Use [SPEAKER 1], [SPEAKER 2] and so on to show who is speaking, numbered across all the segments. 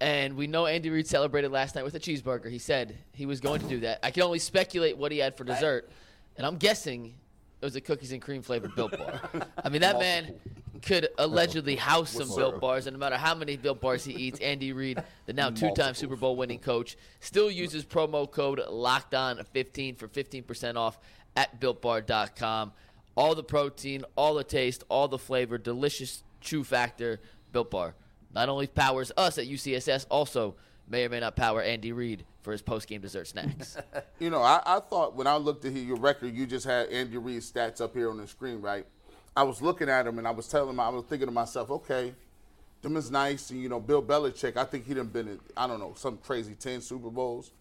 [SPEAKER 1] And we know Andy Reid celebrated last night with a cheeseburger. He said he was going to do that. I can only speculate what he had for dessert. And I'm guessing it was a cookies and cream flavored Built Bar. I mean, that man could allegedly house some Built Bars, and no matter how many Built Bars he eats, Andy Reid, the now two-time Super Bowl winning coach, still uses promo code LOCKEDON15 for 15% off at BuiltBar.com. All the protein, all the taste, all the flavor, delicious chew factor, Built Bar. Not only powers us at UCSS, also may or may not power Andy Reid for his post-game dessert snacks.
[SPEAKER 2] You know, I, I thought when I looked at your record, you just had Andy Reid's stats up here on the screen, right? I was looking at him and I was telling him, I was thinking to myself, okay, them is nice. And, you know, Bill Belichick, I think he done been, in, I don't know, some crazy 10 Super Bowls.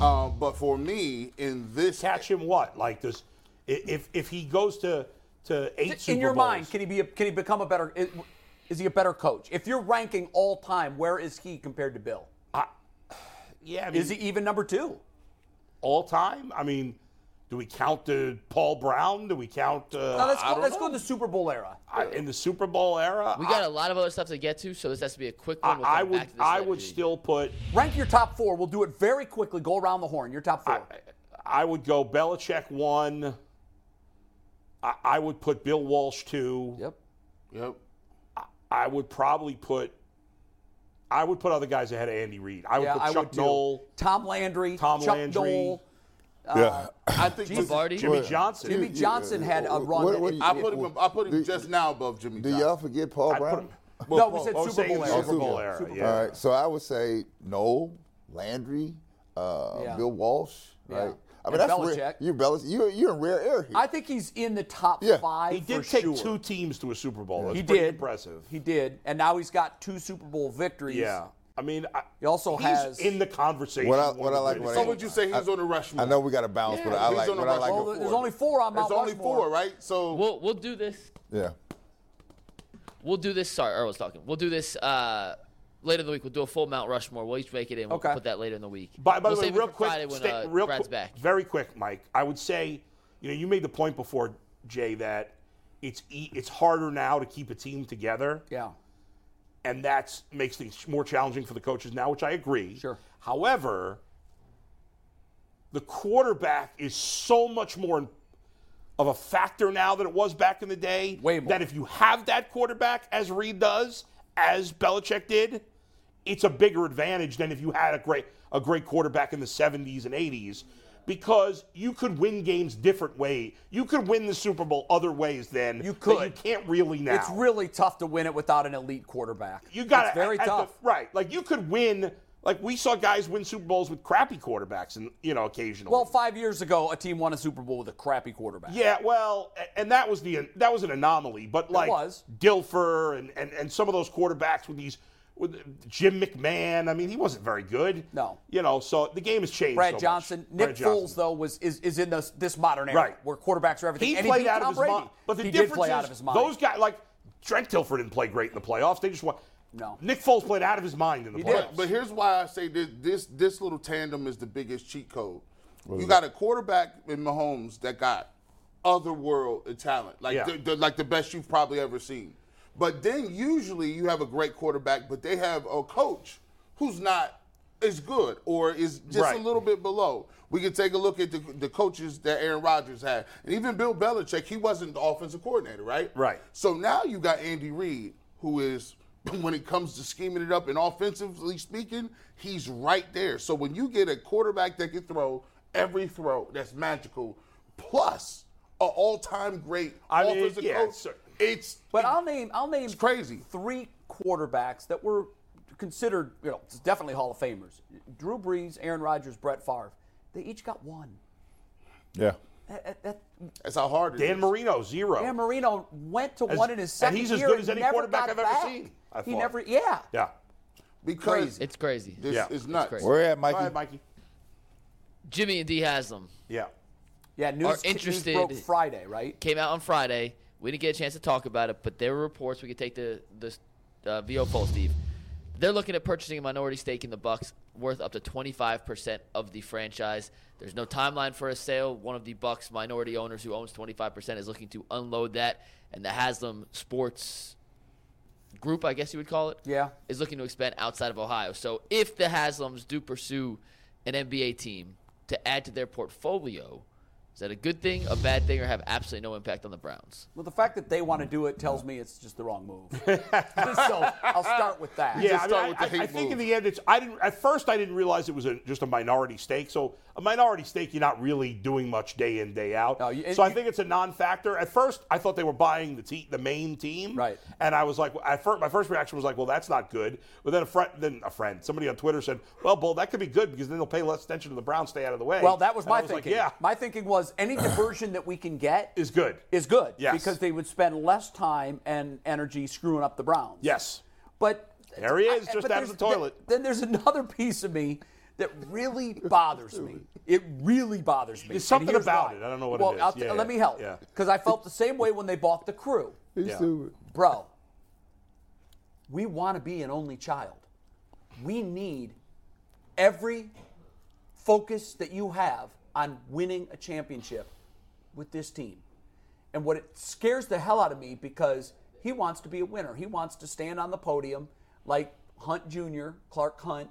[SPEAKER 2] Uh, but for me, in this,
[SPEAKER 3] catch him what? Like this, i- if if he goes to to eight
[SPEAKER 4] In
[SPEAKER 3] Super
[SPEAKER 4] your
[SPEAKER 3] Bowls,
[SPEAKER 4] mind, can he be? A, can he become a better? Is, is he a better coach? If you're ranking all time, where is he compared to Bill?
[SPEAKER 3] yeah, I mean,
[SPEAKER 4] Is he even number two?
[SPEAKER 3] all time? I mean, do we count the Paul Brown? Do we count uh,
[SPEAKER 4] Now let's
[SPEAKER 3] I
[SPEAKER 4] go,
[SPEAKER 3] don't
[SPEAKER 4] let's go
[SPEAKER 3] know.
[SPEAKER 4] to the Super Bowl era.
[SPEAKER 3] I- in the Super Bowl era?
[SPEAKER 1] We got a lot of other stuff to get to, so this has to be a quick
[SPEAKER 3] I,
[SPEAKER 1] one. We'll
[SPEAKER 3] I, I
[SPEAKER 1] come back
[SPEAKER 3] would
[SPEAKER 1] to this
[SPEAKER 3] I
[SPEAKER 1] later.
[SPEAKER 3] would still put
[SPEAKER 4] Rank your top four. We'll do it very quickly. Go around the horn. Your top four.
[SPEAKER 3] I would go Belichick one. I, I would put Bill Walsh two.
[SPEAKER 4] yep.
[SPEAKER 2] yep.
[SPEAKER 3] I would probably put. I would put other guys ahead of Andy Reid. I would
[SPEAKER 4] Yeah,
[SPEAKER 3] put
[SPEAKER 4] I
[SPEAKER 3] Chuck
[SPEAKER 4] would
[SPEAKER 3] Knoll,
[SPEAKER 4] too. Tom Landry.
[SPEAKER 3] Tom
[SPEAKER 4] Chuck
[SPEAKER 3] Landry.
[SPEAKER 4] Dole. uh,
[SPEAKER 5] Yeah.
[SPEAKER 2] I think this is-
[SPEAKER 1] Lombardi?
[SPEAKER 3] Jimmy Johnson.
[SPEAKER 4] Jimmy Johnson had a run.
[SPEAKER 5] What- what-
[SPEAKER 2] I put him. I put him just now above Jimmy.
[SPEAKER 5] Do y'all
[SPEAKER 2] Johnson.
[SPEAKER 5] forget Paul
[SPEAKER 3] I'd put
[SPEAKER 5] Brown?
[SPEAKER 3] him-
[SPEAKER 4] no, we said
[SPEAKER 3] Oh,
[SPEAKER 4] Super
[SPEAKER 3] saying
[SPEAKER 4] Bowl era.
[SPEAKER 3] Super Bowl era.
[SPEAKER 4] Super Bowl.
[SPEAKER 3] yeah.
[SPEAKER 5] All right. So I would say Noel, Landry, uh,
[SPEAKER 4] Yeah.
[SPEAKER 5] Bill Walsh, right? I mean,
[SPEAKER 4] And
[SPEAKER 5] that's
[SPEAKER 4] Belichick.
[SPEAKER 5] rare. You're, Belich- you're, you're in rare air here.
[SPEAKER 4] I think he's in the top
[SPEAKER 5] Yeah.
[SPEAKER 4] five.
[SPEAKER 3] He did
[SPEAKER 4] for
[SPEAKER 3] take
[SPEAKER 4] sure.
[SPEAKER 3] two teams to a Super Bowl. That's
[SPEAKER 4] He
[SPEAKER 3] pretty
[SPEAKER 4] did.
[SPEAKER 3] Impressive.
[SPEAKER 4] He did, and now he's got two Super Bowl victories.
[SPEAKER 3] yeah. I mean, I,
[SPEAKER 4] He also
[SPEAKER 3] he's
[SPEAKER 4] has-
[SPEAKER 3] in the conversation.
[SPEAKER 5] What I-
[SPEAKER 3] one
[SPEAKER 5] what
[SPEAKER 3] of
[SPEAKER 5] I
[SPEAKER 3] the
[SPEAKER 5] like
[SPEAKER 3] greatest.
[SPEAKER 5] about
[SPEAKER 2] So would you say he's on the Rushmore?
[SPEAKER 5] I know we got to balance, but I
[SPEAKER 2] he's
[SPEAKER 5] like
[SPEAKER 2] on the
[SPEAKER 5] what I like.
[SPEAKER 2] Rushmore.
[SPEAKER 4] Well, Oh, there's only four on Mount
[SPEAKER 2] There's only
[SPEAKER 4] Rushmore.
[SPEAKER 2] four, right? So
[SPEAKER 1] We'll we'll do this.
[SPEAKER 5] Yeah.
[SPEAKER 1] We'll do this. Sorry, Earl was talking. We'll do this uh, later in the week. We'll do a full Mount Rushmore. We'll each make it in. We'll
[SPEAKER 4] Okay.
[SPEAKER 1] put that later in the week.
[SPEAKER 3] By, by
[SPEAKER 1] we'll
[SPEAKER 3] the way,
[SPEAKER 1] save it
[SPEAKER 3] real
[SPEAKER 1] for
[SPEAKER 3] quick,
[SPEAKER 1] Friday when,
[SPEAKER 3] stay-
[SPEAKER 1] uh,
[SPEAKER 3] real
[SPEAKER 1] Brad's
[SPEAKER 3] quick-
[SPEAKER 1] back.
[SPEAKER 3] very quick, Mike. I would say, you know, you made the point before, Jay, that it's e- it's harder now to keep a team together,
[SPEAKER 4] Yeah.
[SPEAKER 3] and that makes things more challenging for the coaches now, which I agree.
[SPEAKER 4] Sure.
[SPEAKER 3] However, the quarterback is so much more of a factor now than it was back in the day.
[SPEAKER 4] Way more.
[SPEAKER 3] That if you have that quarterback, as Reed does, as Belichick did, it's a bigger advantage than if you had a great a great quarterback in the 70s and 80s because you could win games different way. You could win the Super Bowl other ways than
[SPEAKER 4] You
[SPEAKER 3] that
[SPEAKER 4] could.
[SPEAKER 3] you can't really now.
[SPEAKER 4] It's really tough to win it without an elite quarterback.
[SPEAKER 3] you got
[SPEAKER 4] It's very tough.
[SPEAKER 3] right. Like you could win like we saw guys win Super Bowls with crappy quarterbacks and you know occasionally.
[SPEAKER 4] well, five years ago, a team won a Super Bowl with a crappy quarterback.
[SPEAKER 3] Yeah, well, a- and that was the that was an anomaly, but like
[SPEAKER 4] was.
[SPEAKER 3] Dilfer and, and and some of those quarterbacks with these with Jim McMahon. I mean, he wasn't very good.
[SPEAKER 4] No.
[SPEAKER 3] you know, so the game has changed. so
[SPEAKER 4] Brad
[SPEAKER 3] much.
[SPEAKER 4] Johnson,
[SPEAKER 3] Brad
[SPEAKER 4] Nick
[SPEAKER 3] Johnson.
[SPEAKER 4] Foles, though, was is, is in this, this modern era
[SPEAKER 3] Right.
[SPEAKER 4] where quarterbacks are everything.
[SPEAKER 3] He
[SPEAKER 4] and
[SPEAKER 3] played
[SPEAKER 4] beat
[SPEAKER 3] out
[SPEAKER 4] Tom
[SPEAKER 3] of his
[SPEAKER 4] Brady.
[SPEAKER 3] mind. But the
[SPEAKER 4] he
[SPEAKER 3] difference
[SPEAKER 4] did play
[SPEAKER 3] is
[SPEAKER 4] out of his mind.
[SPEAKER 3] those guys like Trent Dilfer didn't play great in the playoffs. They just won.
[SPEAKER 4] No.
[SPEAKER 3] Nick Foles played out of his mind in the
[SPEAKER 4] He did.
[SPEAKER 3] playoffs.
[SPEAKER 2] But here's why I say this this, this little tandem is the biggest cheat code. You got a quarterback in Mahomes that got otherworld talent, like
[SPEAKER 3] Yeah.
[SPEAKER 2] the, the- like the best you've probably ever seen. But then usually you have a great quarterback, but they have a coach who's not as good or is just
[SPEAKER 3] Right.
[SPEAKER 2] a little bit below. We can take a look at the, the coaches that Aaron Rodgers had, and even Bill Belichick. He wasn't the offensive coordinator, right?
[SPEAKER 3] Right.
[SPEAKER 2] So now you got Andy Reid, who is, when it comes to scheming it up and offensively speaking, he's right there. So when you get a quarterback that can throw every throw that's magical, plus an all-time great
[SPEAKER 3] I mean,
[SPEAKER 2] offensive
[SPEAKER 3] yeah,
[SPEAKER 2] coach,
[SPEAKER 3] sir.
[SPEAKER 2] it's
[SPEAKER 4] But I'll name I'll name
[SPEAKER 2] crazy.
[SPEAKER 4] three quarterbacks that were considered, you know, definitely Hall of Famers. Drew Brees, Aaron Rodgers, Brett Favre. They each got one.
[SPEAKER 5] Yeah.
[SPEAKER 4] That, that- that-
[SPEAKER 2] that's how hard it is.
[SPEAKER 3] Dan Marino zero.
[SPEAKER 4] Dan Marino went to
[SPEAKER 3] Oh. As-
[SPEAKER 4] one in his
[SPEAKER 3] and
[SPEAKER 4] second
[SPEAKER 3] he's as
[SPEAKER 4] year
[SPEAKER 3] good as any
[SPEAKER 4] never
[SPEAKER 3] quarterback
[SPEAKER 4] got
[SPEAKER 3] I've ever
[SPEAKER 4] back.
[SPEAKER 3] seen, I
[SPEAKER 4] he
[SPEAKER 3] thought.
[SPEAKER 4] never, yeah.
[SPEAKER 3] yeah.
[SPEAKER 2] because
[SPEAKER 1] It's crazy.
[SPEAKER 2] This
[SPEAKER 3] Yeah.
[SPEAKER 2] is nuts.
[SPEAKER 1] crazy.
[SPEAKER 5] Where at,
[SPEAKER 3] Go
[SPEAKER 5] Mikey?
[SPEAKER 3] ahead, Mikey.
[SPEAKER 1] Jimmy and D Haslam
[SPEAKER 3] Yeah.
[SPEAKER 4] Yeah, news, news
[SPEAKER 1] interested-
[SPEAKER 4] broke Friday, right?
[SPEAKER 1] came out on Friday. We didn't get a chance to talk about it, but there were reports. We could take the the uh, VO poll, Steve. They're looking at purchasing a minority stake in the Bucks worth up to 25% of the franchise. There's no timeline for a sale. One of the Bucks minority owners who owns 25% is looking to unload that, and the Haslam Sports Group, I guess you would call it,
[SPEAKER 4] Yeah.
[SPEAKER 1] is looking to expand outside of Ohio. So if the Haslams do pursue an NBA team to add to their portfolio, is that a good thing, a bad thing, or have absolutely no impact on the Browns?
[SPEAKER 4] Well, the fact that they want to do it tells me it's just the wrong move. so I'll start with that.
[SPEAKER 3] Yeah, I, mean,
[SPEAKER 2] start
[SPEAKER 3] I-
[SPEAKER 2] with the
[SPEAKER 3] I-
[SPEAKER 2] hate
[SPEAKER 3] I think in
[SPEAKER 2] move.
[SPEAKER 3] the end, it's I didn't at first I didn't realize it was a, just a minority stake. So a minority stake, you're not really doing much day in day out.
[SPEAKER 4] No, you-
[SPEAKER 3] so I
[SPEAKER 4] you-
[SPEAKER 3] think it's a non-factor. At first, I thought they were buying the te- the main team,
[SPEAKER 4] Right.
[SPEAKER 3] And I was like, at first, my first reaction was like, well, that's not good. But then a friend, then a friend, somebody on Twitter said, well, Bull, that could be good because then they'll pay less attention to the Browns, stay out of the way.
[SPEAKER 4] Well, that was
[SPEAKER 3] And I
[SPEAKER 4] my
[SPEAKER 3] like,
[SPEAKER 4] thinking.
[SPEAKER 3] yeah,
[SPEAKER 4] My thinking was any diversion that we can get
[SPEAKER 3] is good.
[SPEAKER 4] is good
[SPEAKER 3] Yes.
[SPEAKER 4] because they would spend less time and energy screwing up the Browns.
[SPEAKER 3] yes,
[SPEAKER 4] But
[SPEAKER 3] There he is,
[SPEAKER 4] I-
[SPEAKER 3] just
[SPEAKER 4] but
[SPEAKER 3] out of the
[SPEAKER 4] there's-
[SPEAKER 3] toilet.
[SPEAKER 4] Then, there's another piece of me that really bothers me. It really bothers me.
[SPEAKER 3] There's
[SPEAKER 4] and
[SPEAKER 3] something
[SPEAKER 4] here's
[SPEAKER 3] about
[SPEAKER 4] why.
[SPEAKER 3] it. I don't know what it
[SPEAKER 4] well,
[SPEAKER 3] is.
[SPEAKER 4] I'll t-
[SPEAKER 3] Yeah,
[SPEAKER 4] let
[SPEAKER 3] yeah,
[SPEAKER 4] me help.
[SPEAKER 3] yeah.
[SPEAKER 4] Because I felt the same way when they bought the crew,
[SPEAKER 5] He's
[SPEAKER 3] Yeah.
[SPEAKER 5] stupid.
[SPEAKER 4] bro. We want to be an only child. We need every focus that you have on winning a championship with this team. And what it scares the hell out of me because he wants to be a winner. He wants to stand on the podium like Hunt Jr., Clark Hunt,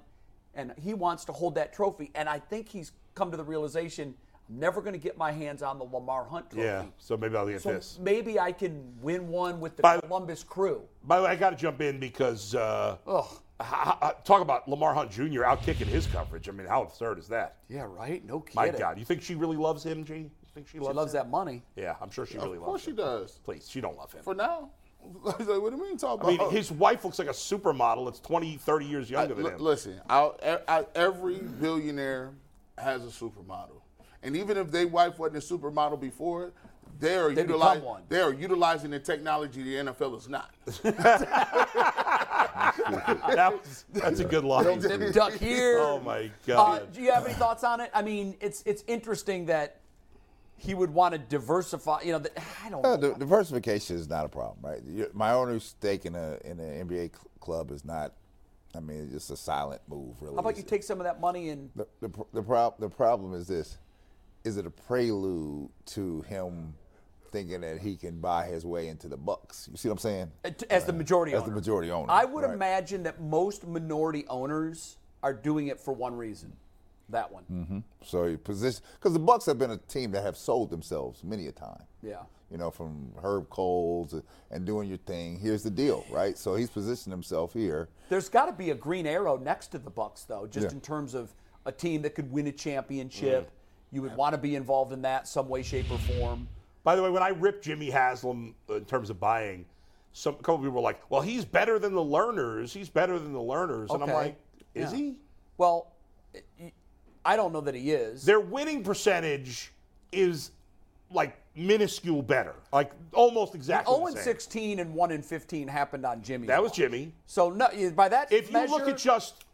[SPEAKER 4] and he wants to hold that trophy. And I think he's come to the realization I'm never going to get my hands on the Lamar Hunt trophy.
[SPEAKER 3] yeah. So maybe I'll get
[SPEAKER 4] So
[SPEAKER 3] this.
[SPEAKER 4] maybe I can win one with the
[SPEAKER 3] By-
[SPEAKER 4] Columbus crew.
[SPEAKER 3] By the way, I got to jump in because uh,
[SPEAKER 4] Ugh.
[SPEAKER 3] ha- ha- talk about Lamar Hunt Jr. out kicking his coverage. I mean, how absurd is that?
[SPEAKER 4] Yeah, right? No kidding.
[SPEAKER 3] My God, you think she really loves him, G? You think she
[SPEAKER 4] She
[SPEAKER 3] loves?
[SPEAKER 4] loves
[SPEAKER 3] him?
[SPEAKER 4] that money.
[SPEAKER 3] Yeah, I'm sure she really
[SPEAKER 2] Of
[SPEAKER 3] loves.
[SPEAKER 2] course she
[SPEAKER 3] him.
[SPEAKER 2] does.
[SPEAKER 3] Please, she don't love him.
[SPEAKER 2] For now, like, what do you mean talk
[SPEAKER 3] I mean,
[SPEAKER 2] about?
[SPEAKER 3] his wife looks like a supermodel. It's 20, 30 years younger than
[SPEAKER 2] L-
[SPEAKER 3] him.
[SPEAKER 2] listen, I'll, e- I, every billionaire has a supermodel, and even if their wife wasn't a supermodel before, they are
[SPEAKER 4] become
[SPEAKER 2] utilizing
[SPEAKER 4] one.
[SPEAKER 2] they are utilizing the technology the NFL is not.
[SPEAKER 3] That was- that's a good line.
[SPEAKER 4] Zip duck here.
[SPEAKER 3] Oh my
[SPEAKER 4] Uh,
[SPEAKER 3] God.
[SPEAKER 4] do you have any thoughts on it? I mean, it's it's interesting that he would want to diversify. You know, that, I don't
[SPEAKER 5] Uh,
[SPEAKER 4] know.
[SPEAKER 5] di- diversification is not a problem, right? Your- My owner's stake in a in an NBA cl- club is not. I mean, it's just a silent move, really.
[SPEAKER 4] How about
[SPEAKER 5] It's-
[SPEAKER 4] you take some of that money and
[SPEAKER 5] the the pr- the, prob- the problem is this: is it a prelude to him thinking that he can buy his way into the Bucks? You see what I'm saying?
[SPEAKER 4] uh, as the majority
[SPEAKER 5] As
[SPEAKER 4] owner.
[SPEAKER 5] the majority owner,
[SPEAKER 4] I would
[SPEAKER 5] right.
[SPEAKER 4] imagine that most minority owners are doing it for one reason, that one.
[SPEAKER 5] So he position because the Bucks have been a team that have sold themselves many a time.
[SPEAKER 4] Yeah.
[SPEAKER 5] You know, from Herb Coles and- and doing your thing. Here's the deal, right? So he's positioned himself here.
[SPEAKER 4] There's got to be a green arrow next to the Bucks, though, just
[SPEAKER 5] Yeah.
[SPEAKER 4] in terms of a team that could win a championship. You would want to be involved in that some way, shape, or form.
[SPEAKER 3] By the way, when I ripped Jimmy Haslam uh, in terms of buying, some a couple people were like, "Well, he's better than the learners. He's better than the learners," and I'm
[SPEAKER 4] Okay.
[SPEAKER 3] like, "Is
[SPEAKER 4] Yeah.
[SPEAKER 3] he?"
[SPEAKER 4] Well, I don't know that he is.
[SPEAKER 3] Their winning percentage is like minuscule better, like almost exactly. the
[SPEAKER 4] 0 and
[SPEAKER 3] same.
[SPEAKER 4] 16 and 1 and 15 happened on Jimmy.
[SPEAKER 3] That was Jimmy.
[SPEAKER 4] So no, by that
[SPEAKER 3] If you look
[SPEAKER 4] measure-
[SPEAKER 3] at just,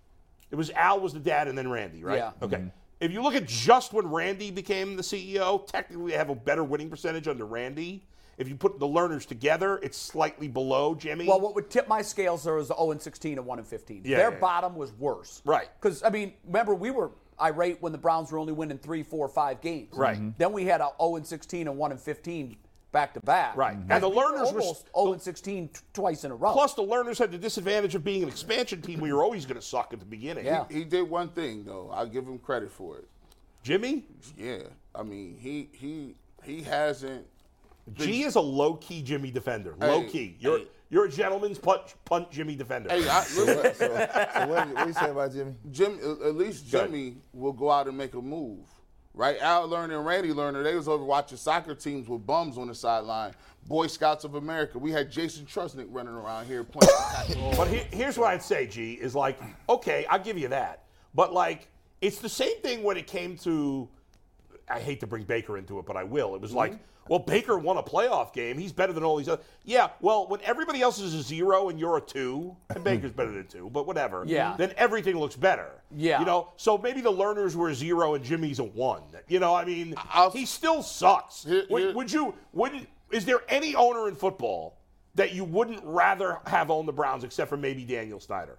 [SPEAKER 3] it was Al was the dad and then Randy, right?
[SPEAKER 4] Yeah.
[SPEAKER 3] Okay. If you look at just when Randy became the CEO, technically they have a better winning percentage under Randy. If you put the learners together, it's slightly below Jimmy.
[SPEAKER 4] well, what would tip my scales there was 0 and 16 and 1 and 15.
[SPEAKER 3] Yeah,
[SPEAKER 4] Their
[SPEAKER 3] yeah, yeah.
[SPEAKER 4] bottom was worse.
[SPEAKER 3] Right.
[SPEAKER 4] Because I mean, remember we were irate when the Browns were only winning three, four, five games. Mm-hmm.
[SPEAKER 3] Right. Mhm.
[SPEAKER 4] Then we had a 0 and 16 and 1 and 15 back to back.
[SPEAKER 3] Right. Mhm. And the
[SPEAKER 4] We were
[SPEAKER 3] learners were s-
[SPEAKER 4] almost 0 and 16 t- twice in a row.
[SPEAKER 3] Plus, the learners had the disadvantage of being an expansion team where you're always going to suck at the beginning.
[SPEAKER 4] Yeah.
[SPEAKER 2] He did one thing though. I'll give him credit for it.
[SPEAKER 3] Jimmy,
[SPEAKER 2] Yeah, I mean he he he hasn't.
[SPEAKER 3] G is a low key Jimmy defender. Low key. You're
[SPEAKER 2] hey.
[SPEAKER 3] you're a gentleman's punch punt Jimmy defender.
[SPEAKER 2] Hey, I, listen,
[SPEAKER 5] So, so what, do you- what do you say about Jimmy?
[SPEAKER 2] Jim, at at least
[SPEAKER 3] Good.
[SPEAKER 2] Jimmy will go out and make a move, right? Al Lerner and Randy Lerner, they was over watching soccer teams with bums on the sideline. Boy Scouts of America. We had Jason Trusnick running around here playing.
[SPEAKER 3] But he- here's what I'd say, G, is like, okay, I'll give you that. But like, it's the same thing when it came to I hate to bring Baker into it, but I will. It was like,
[SPEAKER 2] Mm-hmm.
[SPEAKER 3] well, Baker won a playoff game. He's better than all these other. Yeah, well, when everybody else is a zero and you're a two, and Baker's better than two, but whatever.
[SPEAKER 4] Yeah.
[SPEAKER 3] Then everything looks better.
[SPEAKER 4] Yeah.
[SPEAKER 3] You know, so maybe the learners were a zero and Jimmy's a one. You know, I mean,
[SPEAKER 2] I'll-
[SPEAKER 3] he still sucks.
[SPEAKER 2] Here-
[SPEAKER 3] would,
[SPEAKER 2] here-
[SPEAKER 3] would you? Would is there any owner in football that you wouldn't rather have owned the Browns except for maybe Daniel Snyder?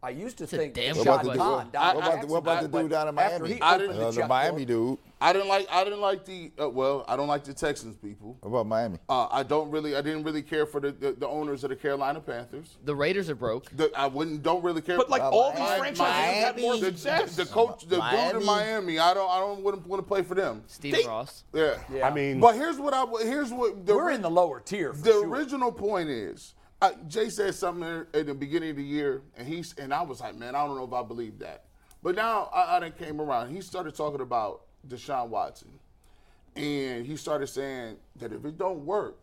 [SPEAKER 4] I used to
[SPEAKER 1] a
[SPEAKER 4] think
[SPEAKER 1] damn
[SPEAKER 5] What
[SPEAKER 1] Shot
[SPEAKER 5] about the
[SPEAKER 4] Shot
[SPEAKER 5] dude?
[SPEAKER 4] Khan.
[SPEAKER 5] What
[SPEAKER 4] Don
[SPEAKER 5] about the, what about the
[SPEAKER 4] Jackson,
[SPEAKER 5] dude down in
[SPEAKER 4] after
[SPEAKER 5] Miami?
[SPEAKER 4] he
[SPEAKER 2] I
[SPEAKER 4] opened
[SPEAKER 2] didn't-
[SPEAKER 5] Uh,
[SPEAKER 4] the
[SPEAKER 5] the
[SPEAKER 4] checkbook-
[SPEAKER 5] Miami dude.
[SPEAKER 2] I didn't like. I didn't like the. Uh, well, I don't like the Texans people.
[SPEAKER 5] What about Miami?
[SPEAKER 2] Uh, I don't really. I didn't really care for the, the, the owners of the Carolina Panthers.
[SPEAKER 1] The Raiders are broke.
[SPEAKER 2] The, I wouldn't. Don't really care.
[SPEAKER 3] But like all these
[SPEAKER 2] Mi-
[SPEAKER 3] franchises have had more
[SPEAKER 2] the,
[SPEAKER 5] Miami-
[SPEAKER 3] success.
[SPEAKER 2] the coach, the dude
[SPEAKER 5] Miami.
[SPEAKER 2] in Miami. I don't. I don't wouldn't want to play for them.
[SPEAKER 1] Steve Ross.
[SPEAKER 2] Yeah.
[SPEAKER 3] I mean,
[SPEAKER 2] But here's what I. w- Here's what the
[SPEAKER 4] We're in the lower tier. For
[SPEAKER 2] The
[SPEAKER 4] sure.
[SPEAKER 2] original point is, I, Jay said something there at the beginning of the year, and he's and I was like, man, I don't know if I believe that. But now I, I done came around. He started talking about Deshaun Watson, and he started saying that if it don't work,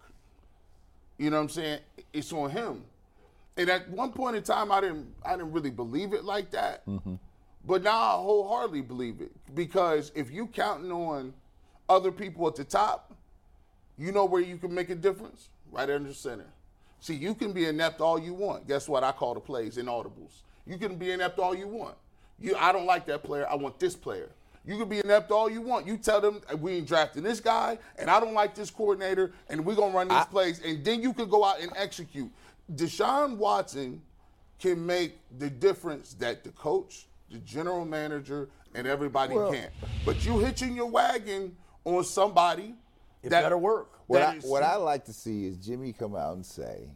[SPEAKER 2] you know what I'm saying, it's on him. And at one point in time, I didn't I didn't really believe it like that.
[SPEAKER 4] Mm-hmm.
[SPEAKER 2] But now I wholeheartedly believe it because if you counting on other people at the top, you know where you can make a difference? Right under center. See, you can be inept all you want. Guess what? I call the plays inaudibles. You can be inept all you want. You, I don't like that player. I want this player. You can be inept all you want. You tell them we ain't drafting this guy, and I don't like this coordinator, and we're gonna run these plays, and then you can go out and execute. Deshaun Watson can make the difference that the coach, the general manager, and everybody can't. But you hitching your wagon on somebody
[SPEAKER 4] it
[SPEAKER 2] that-
[SPEAKER 4] better work.
[SPEAKER 5] What
[SPEAKER 2] that
[SPEAKER 5] I,
[SPEAKER 2] is-
[SPEAKER 5] what I like to see is Jimmy come out and say,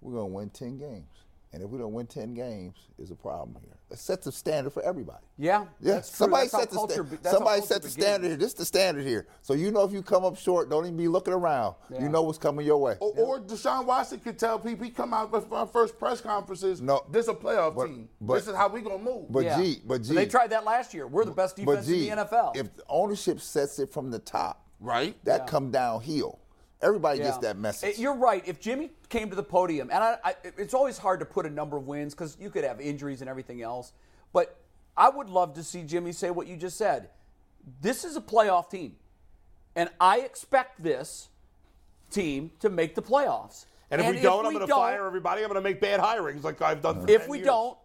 [SPEAKER 5] "We're gonna win ten games, and if we don't win ten games, is a problem here. It sets a standard for everybody."
[SPEAKER 4] Yeah.
[SPEAKER 5] Yeah,
[SPEAKER 4] that's true.
[SPEAKER 5] somebody
[SPEAKER 4] That's how
[SPEAKER 5] set the sta-
[SPEAKER 4] culture be- that's how
[SPEAKER 5] somebody
[SPEAKER 4] culture
[SPEAKER 5] set the
[SPEAKER 4] begins.
[SPEAKER 5] standard here. This is the standard here. So you know if you come up short, don't even be looking around. You know what's coming your way.
[SPEAKER 2] Or, or Deshaun Watson could tell people he come out with our first press conferences.
[SPEAKER 5] No.
[SPEAKER 2] this a playoff
[SPEAKER 5] But-
[SPEAKER 2] team.
[SPEAKER 5] but-
[SPEAKER 2] this is how we gonna move.
[SPEAKER 5] but
[SPEAKER 4] Yeah.
[SPEAKER 5] G, but G,
[SPEAKER 4] They tried that last year. We're the best
[SPEAKER 5] but
[SPEAKER 4] defense
[SPEAKER 5] G,
[SPEAKER 4] in the NFL.
[SPEAKER 5] if the ownership sets it from the top,
[SPEAKER 2] right?
[SPEAKER 5] that come downhill. Everybody gets
[SPEAKER 4] Yeah.
[SPEAKER 5] that message.
[SPEAKER 4] It- You're right. If Jimmy came to the podium, and I, I, it's always hard to put a number of wins because you could have injuries and everything else, but I would love to see Jimmy say what you just said. This is a playoff team, and I expect this team to make the playoffs.
[SPEAKER 3] and if we
[SPEAKER 4] if
[SPEAKER 3] don't, I'm
[SPEAKER 4] we
[SPEAKER 3] going to
[SPEAKER 4] don't-
[SPEAKER 3] fire everybody. I'm going to make bad hirings like I've done. For
[SPEAKER 4] If
[SPEAKER 3] 10
[SPEAKER 4] we
[SPEAKER 3] years.
[SPEAKER 4] don't,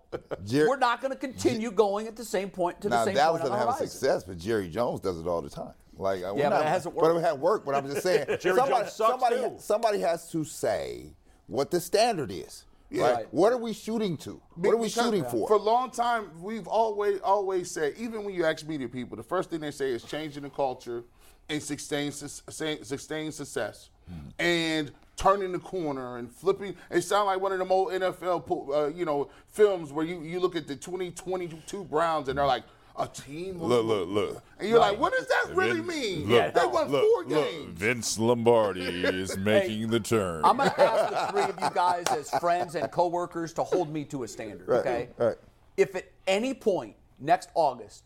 [SPEAKER 5] Jer-
[SPEAKER 4] we're not going to continue going at the same point to the
[SPEAKER 5] now
[SPEAKER 4] same
[SPEAKER 5] that was
[SPEAKER 4] point on
[SPEAKER 5] gonna
[SPEAKER 4] the
[SPEAKER 5] have a
[SPEAKER 4] horizon.
[SPEAKER 5] success, but Jerry Jones does it all the time. Like yeah,
[SPEAKER 4] but it hasn't
[SPEAKER 5] But
[SPEAKER 4] worked.
[SPEAKER 5] it hasn't worked. But I'm just saying,
[SPEAKER 3] Jerry
[SPEAKER 5] somebody,
[SPEAKER 3] Jones sucks,
[SPEAKER 5] somebody,
[SPEAKER 3] too.
[SPEAKER 5] somebody has to say what the standard is.
[SPEAKER 2] Yeah.
[SPEAKER 5] Like, what are we shooting to? What are we
[SPEAKER 2] Because
[SPEAKER 5] shooting for?
[SPEAKER 2] For a long time, we've always always said, even when you ask media people, the first thing they say is changing the culture and sustain sus- sustain sustain success and turning the corner and flipping. It sounds like one of them old NFL po- uh, you know films where you you look at the 2022 Browns and they're like a team. on
[SPEAKER 6] Look,
[SPEAKER 2] the-
[SPEAKER 6] look, look.
[SPEAKER 2] And you're like, what does that really
[SPEAKER 6] Vin-
[SPEAKER 2] mean?
[SPEAKER 6] look,
[SPEAKER 2] they won
[SPEAKER 6] look,
[SPEAKER 2] four
[SPEAKER 6] look,
[SPEAKER 2] games.
[SPEAKER 6] Vince Lombardi is making the turn.
[SPEAKER 4] I'm going to ask the three of you guys as friends and coworkers to hold me to a standard, okay?
[SPEAKER 5] right.
[SPEAKER 4] If at any point next August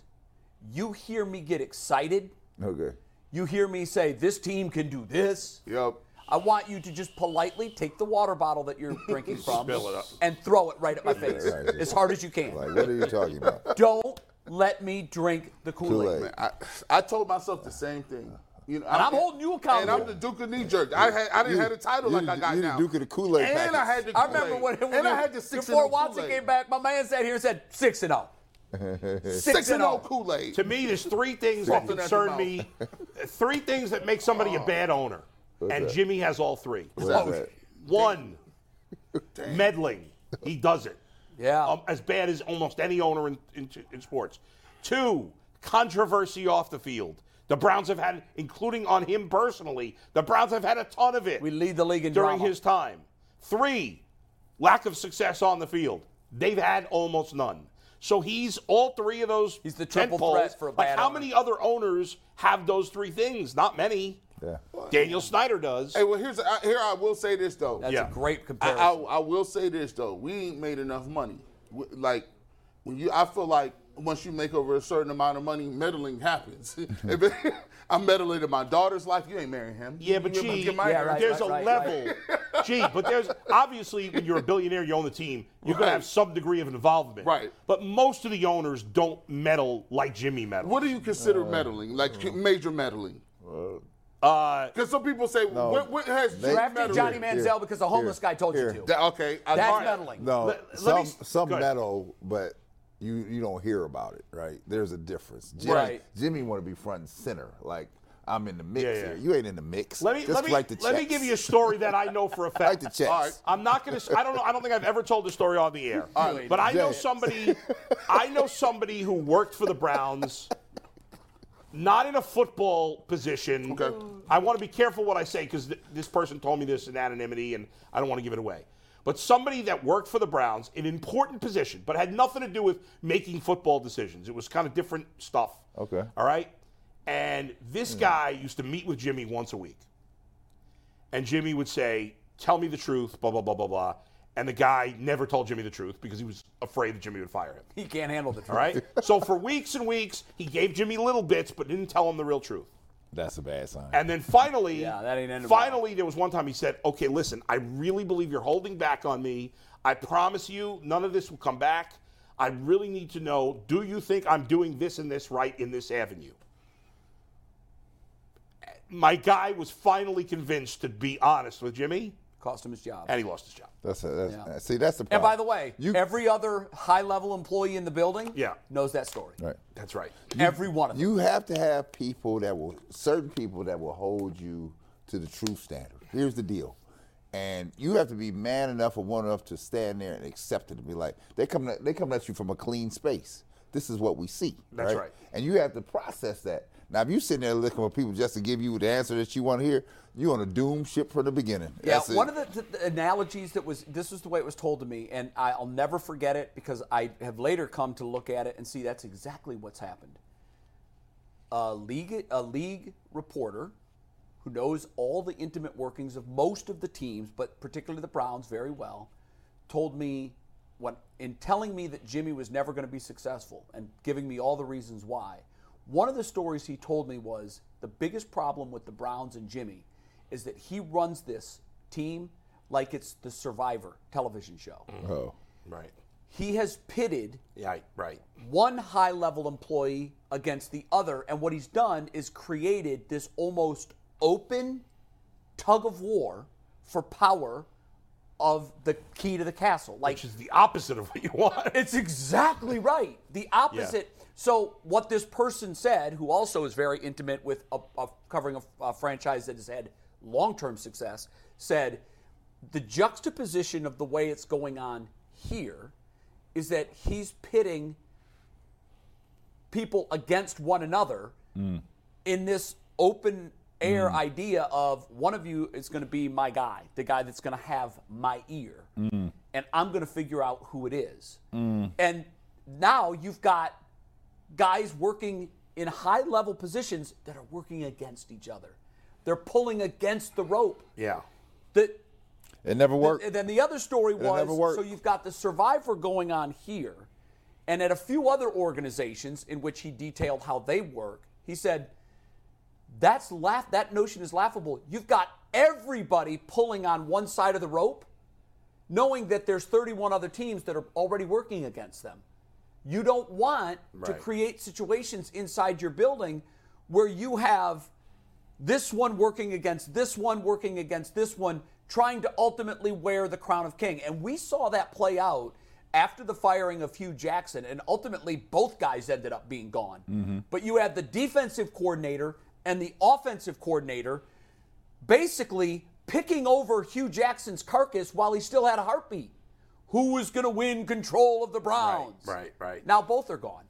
[SPEAKER 4] you hear me get excited,
[SPEAKER 5] okay.
[SPEAKER 4] you hear me say this team can do this,
[SPEAKER 2] Yep.
[SPEAKER 4] I want you to just politely take the water bottle that you're drinking from
[SPEAKER 3] Spill it up.
[SPEAKER 4] and throw it right at my face
[SPEAKER 5] right, yeah.
[SPEAKER 4] as hard as you can.
[SPEAKER 5] Like, what are you talking about?
[SPEAKER 4] Don't let me drink the Kool-Aid.
[SPEAKER 5] Kool-Aid.
[SPEAKER 2] I, I told myself the same thing. You know,
[SPEAKER 4] And I'm holding you accountable.
[SPEAKER 2] And I'm the Duke of Knee Jerk. I had I didn't have the title
[SPEAKER 5] you
[SPEAKER 2] like
[SPEAKER 5] the-
[SPEAKER 2] I got
[SPEAKER 5] you the
[SPEAKER 2] now.
[SPEAKER 5] Duke of the Kool-Aid
[SPEAKER 2] And I had
[SPEAKER 5] package.
[SPEAKER 2] the
[SPEAKER 4] I remember when,
[SPEAKER 2] Kool-Aid.
[SPEAKER 4] when
[SPEAKER 2] and
[SPEAKER 4] you-
[SPEAKER 2] I had the six
[SPEAKER 4] before
[SPEAKER 2] in the
[SPEAKER 4] Watson
[SPEAKER 2] Kool-Aid.
[SPEAKER 4] came back, my man sat here and oh." said six and zero.
[SPEAKER 2] Six and
[SPEAKER 4] oh.
[SPEAKER 2] oh Kool Aid.
[SPEAKER 3] To me, there's three things that
[SPEAKER 2] Something at the Oh.
[SPEAKER 3] concern me. Three things that make somebody a bad owner. And
[SPEAKER 5] that?
[SPEAKER 3] Jimmy has all three.
[SPEAKER 4] Oh,
[SPEAKER 5] What's that?
[SPEAKER 3] One, meddling. He does it.
[SPEAKER 4] Yeah.
[SPEAKER 3] Um, as bad as almost any owner in, in, in sports. Two, controversy off the field. The Browns have had, including on him personally, the Browns have had a ton of it
[SPEAKER 4] we lead the league in
[SPEAKER 3] during
[SPEAKER 4] drama.
[SPEAKER 3] his time. Three, lack of success on the field. They've had almost none. So he's all three of those.
[SPEAKER 4] He's the triple
[SPEAKER 3] tentpoles.
[SPEAKER 4] threat for a
[SPEAKER 3] Like
[SPEAKER 4] bad
[SPEAKER 3] how
[SPEAKER 4] owner.
[SPEAKER 3] many other owners have those three things? Not many.
[SPEAKER 5] Yeah.
[SPEAKER 3] Daniel Snyder does.
[SPEAKER 2] Hey, well, here's I- here I will say this though.
[SPEAKER 4] That's
[SPEAKER 3] Yeah.
[SPEAKER 4] a great
[SPEAKER 2] I,
[SPEAKER 4] comparison.
[SPEAKER 2] I, I will say this though, we ain't made enough money. We- Like when you, I feel like once you make over a certain amount of money, meddling happens. If it- I'm meddling in my daughter's life. You ain't marrying him.
[SPEAKER 3] Yeah, but
[SPEAKER 2] You
[SPEAKER 3] gee,
[SPEAKER 2] get my
[SPEAKER 4] Yeah,
[SPEAKER 2] hair.
[SPEAKER 4] right,
[SPEAKER 3] there's a
[SPEAKER 4] right,
[SPEAKER 3] level. gee, but there's obviously when you're a billionaire, you own the team, you're going to
[SPEAKER 2] Right.
[SPEAKER 3] have some degree of involvement.
[SPEAKER 2] Right.
[SPEAKER 3] But most of the owners don't meddle like Jimmy meddles.
[SPEAKER 2] What do you consider
[SPEAKER 5] Uh,
[SPEAKER 2] meddling? Like major meddling?
[SPEAKER 3] Uh,
[SPEAKER 2] Because some people say, what, what has
[SPEAKER 5] They-
[SPEAKER 2] Jimmy
[SPEAKER 4] Drafting
[SPEAKER 2] meddled
[SPEAKER 4] Johnny
[SPEAKER 2] in?"
[SPEAKER 5] Man-
[SPEAKER 4] Manziel because a homeless
[SPEAKER 5] Here.
[SPEAKER 4] guy told
[SPEAKER 5] Here.
[SPEAKER 4] you to.
[SPEAKER 2] That- uh, okay, I-
[SPEAKER 4] That's
[SPEAKER 2] all right.
[SPEAKER 4] meddling.
[SPEAKER 5] No,
[SPEAKER 3] Let- let
[SPEAKER 5] some
[SPEAKER 3] me s-
[SPEAKER 5] some
[SPEAKER 3] go ahead.
[SPEAKER 5] metal, but you you don't hear about it, right? There's a difference. Jimmy,
[SPEAKER 4] Right.
[SPEAKER 5] Jimmy want to be front and center, like I'm in the mix
[SPEAKER 3] Yeah, yeah.
[SPEAKER 5] here. You ain't in the mix.
[SPEAKER 3] let me
[SPEAKER 5] Just
[SPEAKER 3] let me
[SPEAKER 5] like the
[SPEAKER 3] let me
[SPEAKER 5] checks.
[SPEAKER 3] give you a story that I know for a fact.
[SPEAKER 5] like the checks.
[SPEAKER 2] All right.
[SPEAKER 3] I'm not gonna. I don't know. I don't think I've ever told the story on the air.
[SPEAKER 2] right.
[SPEAKER 3] But I know
[SPEAKER 5] Yeah.
[SPEAKER 3] somebody. I know somebody who worked for the Browns, not in a football position.
[SPEAKER 2] Okay.
[SPEAKER 3] I want to be careful what I say because th- this person told me this in anonymity, and I don't want to give it away. But somebody that worked for the Browns, an important position, but had nothing to do with making football decisions. It was kind of different stuff.
[SPEAKER 5] Okay.
[SPEAKER 3] All right. And this guy used to meet with Jimmy once a week. And Jimmy would say, Tell me the truth, blah, blah, blah, blah, blah. And the guy never told Jimmy the truth because he was afraid that Jimmy would fire him.
[SPEAKER 4] He can't handle the truth.
[SPEAKER 3] All right? so for weeks and weeks, he gave Jimmy little bits, but didn't tell him the real truth.
[SPEAKER 5] That's a bad sign.
[SPEAKER 3] And then finally,
[SPEAKER 4] Yeah, that ain't ended well.
[SPEAKER 3] finally, there was one time he said, "Okay, listen, I really believe you're holding back on me. I promise you, none of this will come back. I really need to know. Do you think I'm doing this and this right in this avenue?" My guy was finally convinced to be honest with Jimmy,
[SPEAKER 4] Cost him his job.
[SPEAKER 3] and he lost his job.
[SPEAKER 5] that's a, that's,
[SPEAKER 4] Yeah.
[SPEAKER 5] see that's the
[SPEAKER 4] And
[SPEAKER 5] problem.
[SPEAKER 4] by the way,
[SPEAKER 5] you
[SPEAKER 4] every other high level employee in the building
[SPEAKER 3] Yeah.
[SPEAKER 4] knows that story.
[SPEAKER 5] right.
[SPEAKER 3] That's right.
[SPEAKER 4] Every one of them.
[SPEAKER 5] You have to have people that will, certain people that will hold you to the truth standard. Here's the deal. And you have to be man enough or woman enough to stand there and accept it and be like, they come, they come at you from a clean space. This is what we see.
[SPEAKER 3] That's right.
[SPEAKER 5] And you have to process that. Now, if you sitting there looking for people just to give you the answer that you want to hear, you on a doom ship from the beginning.
[SPEAKER 4] Yeah,
[SPEAKER 5] That's it.
[SPEAKER 4] one of the, th- the analogies that was this was the way it was told to me, and I- I'll never forget it because I have later come to look at it and see that's exactly what's happened. A league a league reporter who knows all the intimate workings of most of the teams, but particularly the Browns very well, told me when in telling me that Jimmy was never going to be successful and giving me all the reasons why. One of the stories he told me was the biggest problem with the Browns and Jimmy is that he runs this team like it's the Survivor television show.
[SPEAKER 5] Oh.
[SPEAKER 3] Right.
[SPEAKER 4] He has pitted
[SPEAKER 3] Yeah. Right.
[SPEAKER 4] one high level employee against the other. And what he's done is created this almost open tug of war for power of the key to the castle. Like,
[SPEAKER 3] Which is the opposite of what you want.
[SPEAKER 4] it's exactly right. The opposite. So, what this person said, who also is very intimate with a, a covering a, a franchise that has had long term success, said the juxtaposition of the way it's going on here is that he's pitting people against one another in this open air idea of one of you is going to be my guy, the guy that's going to have my ear, and I'm going to figure out who it is. And now you've got guys working in high level positions that are working against each other. They're pulling against the rope.
[SPEAKER 3] Yeah.
[SPEAKER 4] That
[SPEAKER 5] It never worked.
[SPEAKER 4] and then the other story was
[SPEAKER 5] never worked.
[SPEAKER 4] so you've got the survivor going on here, and at a few other organizations in which he detailed how they work, he said, "That's laugh. That notion is laughable. You've got everybody pulling on one side of the rope, knowing that there's 31 other teams that are already working against them. You don't want to
[SPEAKER 3] Right.
[SPEAKER 4] create situations inside your building where you have." this one working against this one working against this one trying to ultimately wear the crown of king and we saw that play out after the firing of Hugh Jackson, and ultimately both guys ended up being gone. But you had the defensive coordinator and the offensive coordinator basically picking over Hugh Jackson's carcass while he still had a heartbeat. Who was going to win control of the Browns?
[SPEAKER 2] right, right.
[SPEAKER 4] Now both are gone.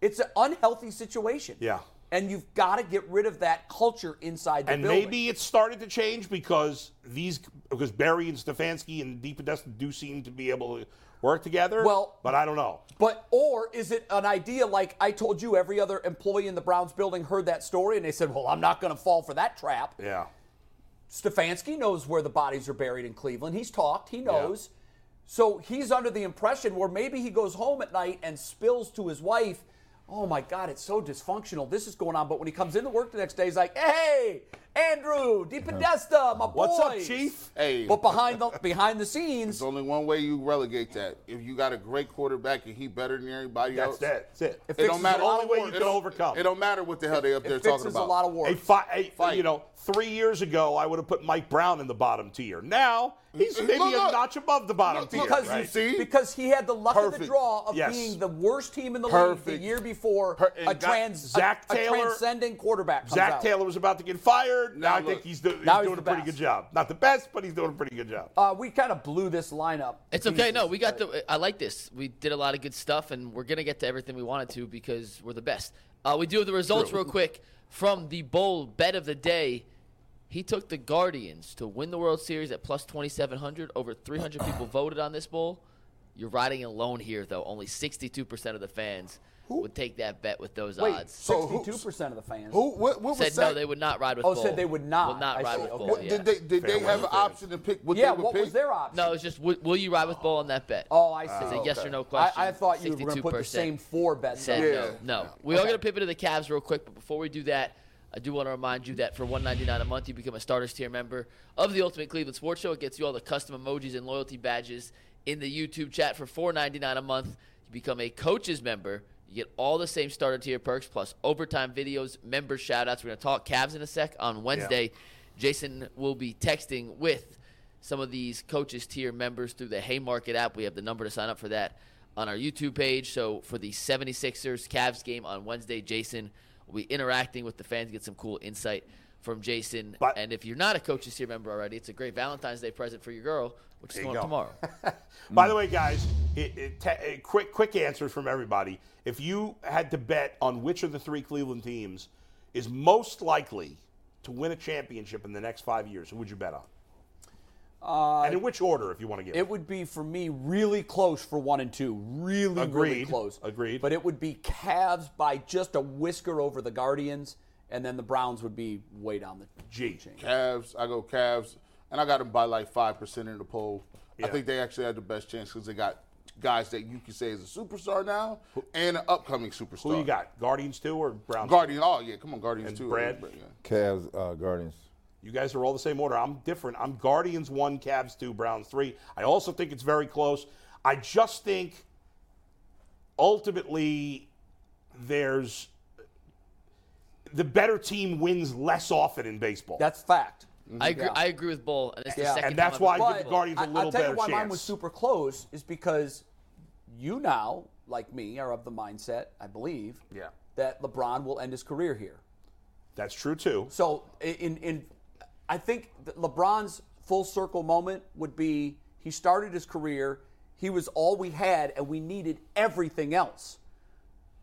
[SPEAKER 4] It's an unhealthy situation.
[SPEAKER 3] Yeah.
[SPEAKER 4] And you've got to get rid of that culture inside the
[SPEAKER 3] and
[SPEAKER 4] building.
[SPEAKER 3] maybe it started to change because these because Barry and Stefanski and Deep Podesta do seem to be able to work together.
[SPEAKER 4] Well-
[SPEAKER 3] but I don't know.
[SPEAKER 4] But or is it an idea like I told you every other employee in the Browns building heard that story and they said, "Well, I'm not going to fall for that trap."
[SPEAKER 3] Yeah,
[SPEAKER 4] Stefanski knows where the bodies are buried in Cleveland. He's talked, he knows. So he's under the impression where maybe he goes home at night and spills to his wife, "Oh my god, it's so dysfunctional. This is going on." But when he comes into work the next day, he's like, "Hey, Andrew, Deep Podesta, my boy."
[SPEAKER 3] What's up, Chief?
[SPEAKER 2] Hey.
[SPEAKER 4] But behind the behind the scenes,
[SPEAKER 2] There's only one way you relegate that. If you got a great quarterback and he better than everybody
[SPEAKER 3] that's
[SPEAKER 2] else.
[SPEAKER 3] that. That's it.
[SPEAKER 4] If
[SPEAKER 2] It
[SPEAKER 4] fixes
[SPEAKER 2] don't matter.
[SPEAKER 4] a lot of
[SPEAKER 3] Only way you
[SPEAKER 2] It
[SPEAKER 3] can
[SPEAKER 2] don't-
[SPEAKER 3] overcome.
[SPEAKER 2] It don't matter what the hell they up there
[SPEAKER 4] it
[SPEAKER 2] talking
[SPEAKER 4] fixes
[SPEAKER 2] about.
[SPEAKER 4] a lot of work.
[SPEAKER 3] A fight,
[SPEAKER 2] Fight.
[SPEAKER 3] you know, three years ago, I would have put Mike Brown in the bottom tier. Now he's
[SPEAKER 2] Look,
[SPEAKER 3] maybe a
[SPEAKER 2] look.
[SPEAKER 3] notch above the bottom
[SPEAKER 2] Look,
[SPEAKER 3] tier.
[SPEAKER 2] look,
[SPEAKER 4] because
[SPEAKER 2] right?
[SPEAKER 4] you
[SPEAKER 2] You see?
[SPEAKER 4] because he had the luck of the
[SPEAKER 2] Perfect.
[SPEAKER 4] draw of
[SPEAKER 3] Yes.
[SPEAKER 4] being the worst team in the league
[SPEAKER 2] Perfect.
[SPEAKER 4] the year before.
[SPEAKER 2] Per- and
[SPEAKER 4] a
[SPEAKER 2] got-
[SPEAKER 4] trans a-
[SPEAKER 3] Zach
[SPEAKER 4] a,
[SPEAKER 3] Taylor-
[SPEAKER 4] transcending quarterback. Comes
[SPEAKER 3] Zach
[SPEAKER 4] out.
[SPEAKER 3] Taylor was about to get fired. Now,
[SPEAKER 2] Now
[SPEAKER 3] I think
[SPEAKER 2] look.
[SPEAKER 3] he's, do- he's
[SPEAKER 4] Now he's
[SPEAKER 3] doing
[SPEAKER 4] the
[SPEAKER 3] a pretty
[SPEAKER 4] best.
[SPEAKER 3] good job. Not the best, but he's doing a pretty good job.
[SPEAKER 4] Uh, we kind of blew this lineup.
[SPEAKER 1] It's okay. No,
[SPEAKER 4] Jesus.
[SPEAKER 1] we got the. I like this. We did a lot of good stuff, and we're gonna get to everything we wanted to because we're the best. Uh, we do have the results real quick from the bowl bet of the day. He took the Guardians to win the World Series at plus 2,700. Over 300 people voted on this bowl. You're riding alone here, though. Only 62% of the fans would take that bet with those
[SPEAKER 4] Wait,
[SPEAKER 1] odds.
[SPEAKER 2] So who-
[SPEAKER 4] sixty-two percent of the fans.
[SPEAKER 2] Who? What, what
[SPEAKER 1] said
[SPEAKER 2] was
[SPEAKER 1] no,
[SPEAKER 2] that?
[SPEAKER 1] they would not ride with
[SPEAKER 4] Oh,
[SPEAKER 1] bowl.
[SPEAKER 4] said they would not.
[SPEAKER 1] Would not
[SPEAKER 4] I
[SPEAKER 1] ride
[SPEAKER 4] see,
[SPEAKER 1] with
[SPEAKER 4] okay.
[SPEAKER 1] bowl.
[SPEAKER 2] What,
[SPEAKER 1] yeah.
[SPEAKER 2] Did they, did they have an option to pick what
[SPEAKER 4] yeah,
[SPEAKER 2] they would
[SPEAKER 4] what
[SPEAKER 2] pick?
[SPEAKER 4] was their option?
[SPEAKER 1] No, it's just will, will you ride with bowl on that bet?
[SPEAKER 4] Oh,
[SPEAKER 2] Ah,
[SPEAKER 4] I see.
[SPEAKER 1] It's a yes or no
[SPEAKER 4] I,
[SPEAKER 1] question.
[SPEAKER 4] I thought you were going to put the
[SPEAKER 1] 62%.
[SPEAKER 4] same four bets.
[SPEAKER 1] said
[SPEAKER 4] on.
[SPEAKER 2] Yeah.
[SPEAKER 1] no. No. We are going to pivot to the Cavs real quick, but before we do that, I do want to remind you that for $1.99 a month, you become a starters tier member of the Ultimate Cleveland Sports Show. It gets you all the custom emojis and loyalty badges in the YouTube chat. For $4.99 a month, you become a coaches member. You get all the same starter tier perks plus overtime videos, member shout outs. We're going to talk Cavs in a sec on Wednesday. Jason will be texting with some of these coaches tier members through the Haymarket app. We have the number to sign up for that on our YouTube page. So for the 76ers Cavs game on Wednesday, Jason will be interacting with the fans, get some cool insight from Jason.
[SPEAKER 3] But-
[SPEAKER 1] and if you're not a coaches tier member already, it's a great Valentine's Day present for your girl, which is going up
[SPEAKER 3] go.
[SPEAKER 1] tomorrow.
[SPEAKER 4] Mm-hmm.
[SPEAKER 3] By the way, guys, it, it, te- it- quick quick answers from everybody. If you had to bet on which of the three Cleveland teams is most likely to win a championship in the next five years, who would you bet on? and in which order, if you want to give
[SPEAKER 4] It would be for me really close for one and two, really really
[SPEAKER 3] Agreed.
[SPEAKER 4] close.
[SPEAKER 3] Agreed.
[SPEAKER 4] But it would be Cavs by just a whisker over the Guardians, and then the Browns would be way down the
[SPEAKER 3] G.
[SPEAKER 2] Cavs. I go Cavs, and I got them by like five percent in the poll.
[SPEAKER 3] Yeah.
[SPEAKER 2] I think they actually had the best chance because they got guys that you can say is a superstar now and an upcoming superstar.
[SPEAKER 3] Who you got? Guardians two or Browns? two?
[SPEAKER 2] Guardian. Oh yeah, come on, Guardians
[SPEAKER 3] And
[SPEAKER 2] too.
[SPEAKER 3] Brad?
[SPEAKER 2] Yeah.
[SPEAKER 5] Cavs, uh, Guardians.
[SPEAKER 3] You guys are all the same order. I'm different. I'm Guardians one, Cavs two, Browns three. I also think it's very close. I just think ultimately there's the better team wins less often in baseball.
[SPEAKER 4] That's fact.
[SPEAKER 1] I, agree,
[SPEAKER 4] Yeah.
[SPEAKER 1] I agree with Bull, and it's the
[SPEAKER 4] Yeah.
[SPEAKER 1] second
[SPEAKER 3] And that's
[SPEAKER 1] time I've
[SPEAKER 3] why
[SPEAKER 1] been
[SPEAKER 3] I
[SPEAKER 1] with
[SPEAKER 3] give the
[SPEAKER 1] Bull.
[SPEAKER 3] Guardians a
[SPEAKER 4] I-
[SPEAKER 3] little
[SPEAKER 4] I'll tell
[SPEAKER 3] better
[SPEAKER 4] you why mine
[SPEAKER 3] chance.
[SPEAKER 4] was super close is because you now, like me, are of the mindset, I believe,
[SPEAKER 3] Yeah.
[SPEAKER 4] that LeBron will end his career here.
[SPEAKER 3] That's true too.
[SPEAKER 4] So in in I think that LeBron's full circle moment would be he started his career, he was all we had and we needed everything else.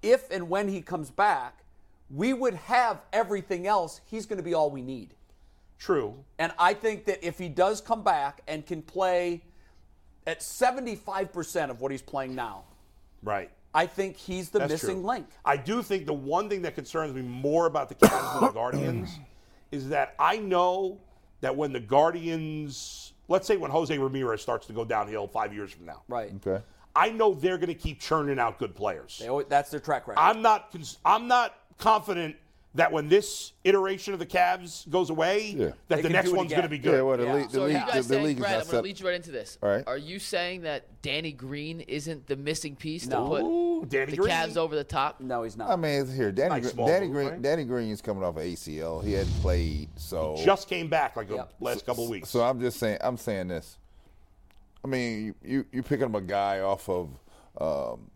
[SPEAKER 4] If and when he comes back, we would have everything else. He's going to be all we need.
[SPEAKER 3] True.
[SPEAKER 4] And I think that if he does come back and can play at 75% of what he's playing now,
[SPEAKER 3] Right.
[SPEAKER 4] I think he's the
[SPEAKER 3] That's
[SPEAKER 4] missing
[SPEAKER 3] true.
[SPEAKER 4] link.
[SPEAKER 3] I do think the one thing that concerns me more about the Cavs than the Guardians is that I know that when the Guardians, let's say when Jose Ramirez starts to go downhill five years from now,
[SPEAKER 4] Right.
[SPEAKER 5] Okay.
[SPEAKER 3] I know they're going to keep churning out good players.
[SPEAKER 4] They always- That's their track record.
[SPEAKER 3] I'm not. cons- I'm not confident that when this iteration of the Cavs goes away, that the
[SPEAKER 4] can
[SPEAKER 3] next
[SPEAKER 4] do it
[SPEAKER 3] one's
[SPEAKER 4] again.
[SPEAKER 3] going to be
[SPEAKER 5] Yeah, well,
[SPEAKER 3] good.
[SPEAKER 5] the, league, the,
[SPEAKER 1] So are you
[SPEAKER 5] league, the,
[SPEAKER 1] guys
[SPEAKER 5] the
[SPEAKER 1] saying,
[SPEAKER 5] league is
[SPEAKER 1] Brad, I'm
[SPEAKER 5] not
[SPEAKER 1] going to
[SPEAKER 5] set.
[SPEAKER 1] lead you right into this.
[SPEAKER 5] All right.
[SPEAKER 1] Are you saying that Danny Green isn't the missing piece
[SPEAKER 4] No.
[SPEAKER 1] to
[SPEAKER 3] Ooh, Danny
[SPEAKER 1] put the
[SPEAKER 3] Green.
[SPEAKER 1] Cavs over the top?
[SPEAKER 4] no, he's not.
[SPEAKER 5] I mean, it's here. Danny,
[SPEAKER 3] Nice
[SPEAKER 5] Gre-
[SPEAKER 3] small
[SPEAKER 5] Danny
[SPEAKER 3] move,
[SPEAKER 5] Green.
[SPEAKER 3] right?
[SPEAKER 5] Danny Green is coming off ACL. He hadn't played, so
[SPEAKER 3] Just came back like the
[SPEAKER 4] Yep.
[SPEAKER 3] last couple of weeks.
[SPEAKER 5] So I'm just saying, I'm saying this. I mean, you you you're picking up a guy off of um,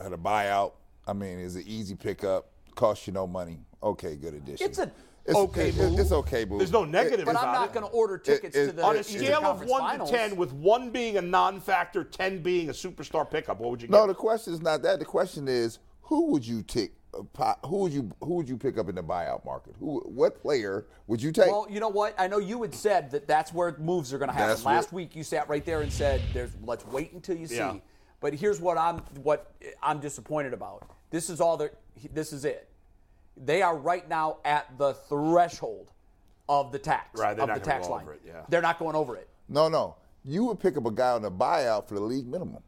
[SPEAKER 5] had a buyout. I mean, it's an easy pickup, costs you no money. Okay, good addition.
[SPEAKER 4] It's an
[SPEAKER 5] It's-
[SPEAKER 3] okay
[SPEAKER 5] it-
[SPEAKER 3] move.
[SPEAKER 5] It's okay move.
[SPEAKER 3] There's no
[SPEAKER 5] It-
[SPEAKER 3] negative
[SPEAKER 4] But I'm
[SPEAKER 3] about
[SPEAKER 4] not
[SPEAKER 3] it.
[SPEAKER 4] going to order tickets
[SPEAKER 5] it-
[SPEAKER 4] to the
[SPEAKER 5] on
[SPEAKER 3] On a
[SPEAKER 4] Eastern
[SPEAKER 3] scale of
[SPEAKER 4] Conference
[SPEAKER 3] one
[SPEAKER 4] Finals.
[SPEAKER 3] to ten, with one being a non-factor, ten being a superstar pickup, what would you get?
[SPEAKER 5] No, the question is not that. The question is who would you take? uh, po- Who would you who would you pick up in the buyout market? Who what player would you take?
[SPEAKER 4] Well, you know what? I know you had said that that's where moves are going to happen.
[SPEAKER 5] That's
[SPEAKER 4] Last
[SPEAKER 5] where-
[SPEAKER 4] week you sat right there and said, "There's let's wait until you
[SPEAKER 3] Yeah.
[SPEAKER 4] see." But here's what I'm what I'm disappointed about. This is all there. This is it. They are right now at the threshold of the tax
[SPEAKER 3] Right, they're
[SPEAKER 4] of
[SPEAKER 3] not
[SPEAKER 4] the
[SPEAKER 3] gonna
[SPEAKER 4] tax
[SPEAKER 3] go
[SPEAKER 4] line.
[SPEAKER 3] over it, yeah.
[SPEAKER 4] They're not going over it.
[SPEAKER 5] no, no. You would pick up a guy on the buyout for the league minimum,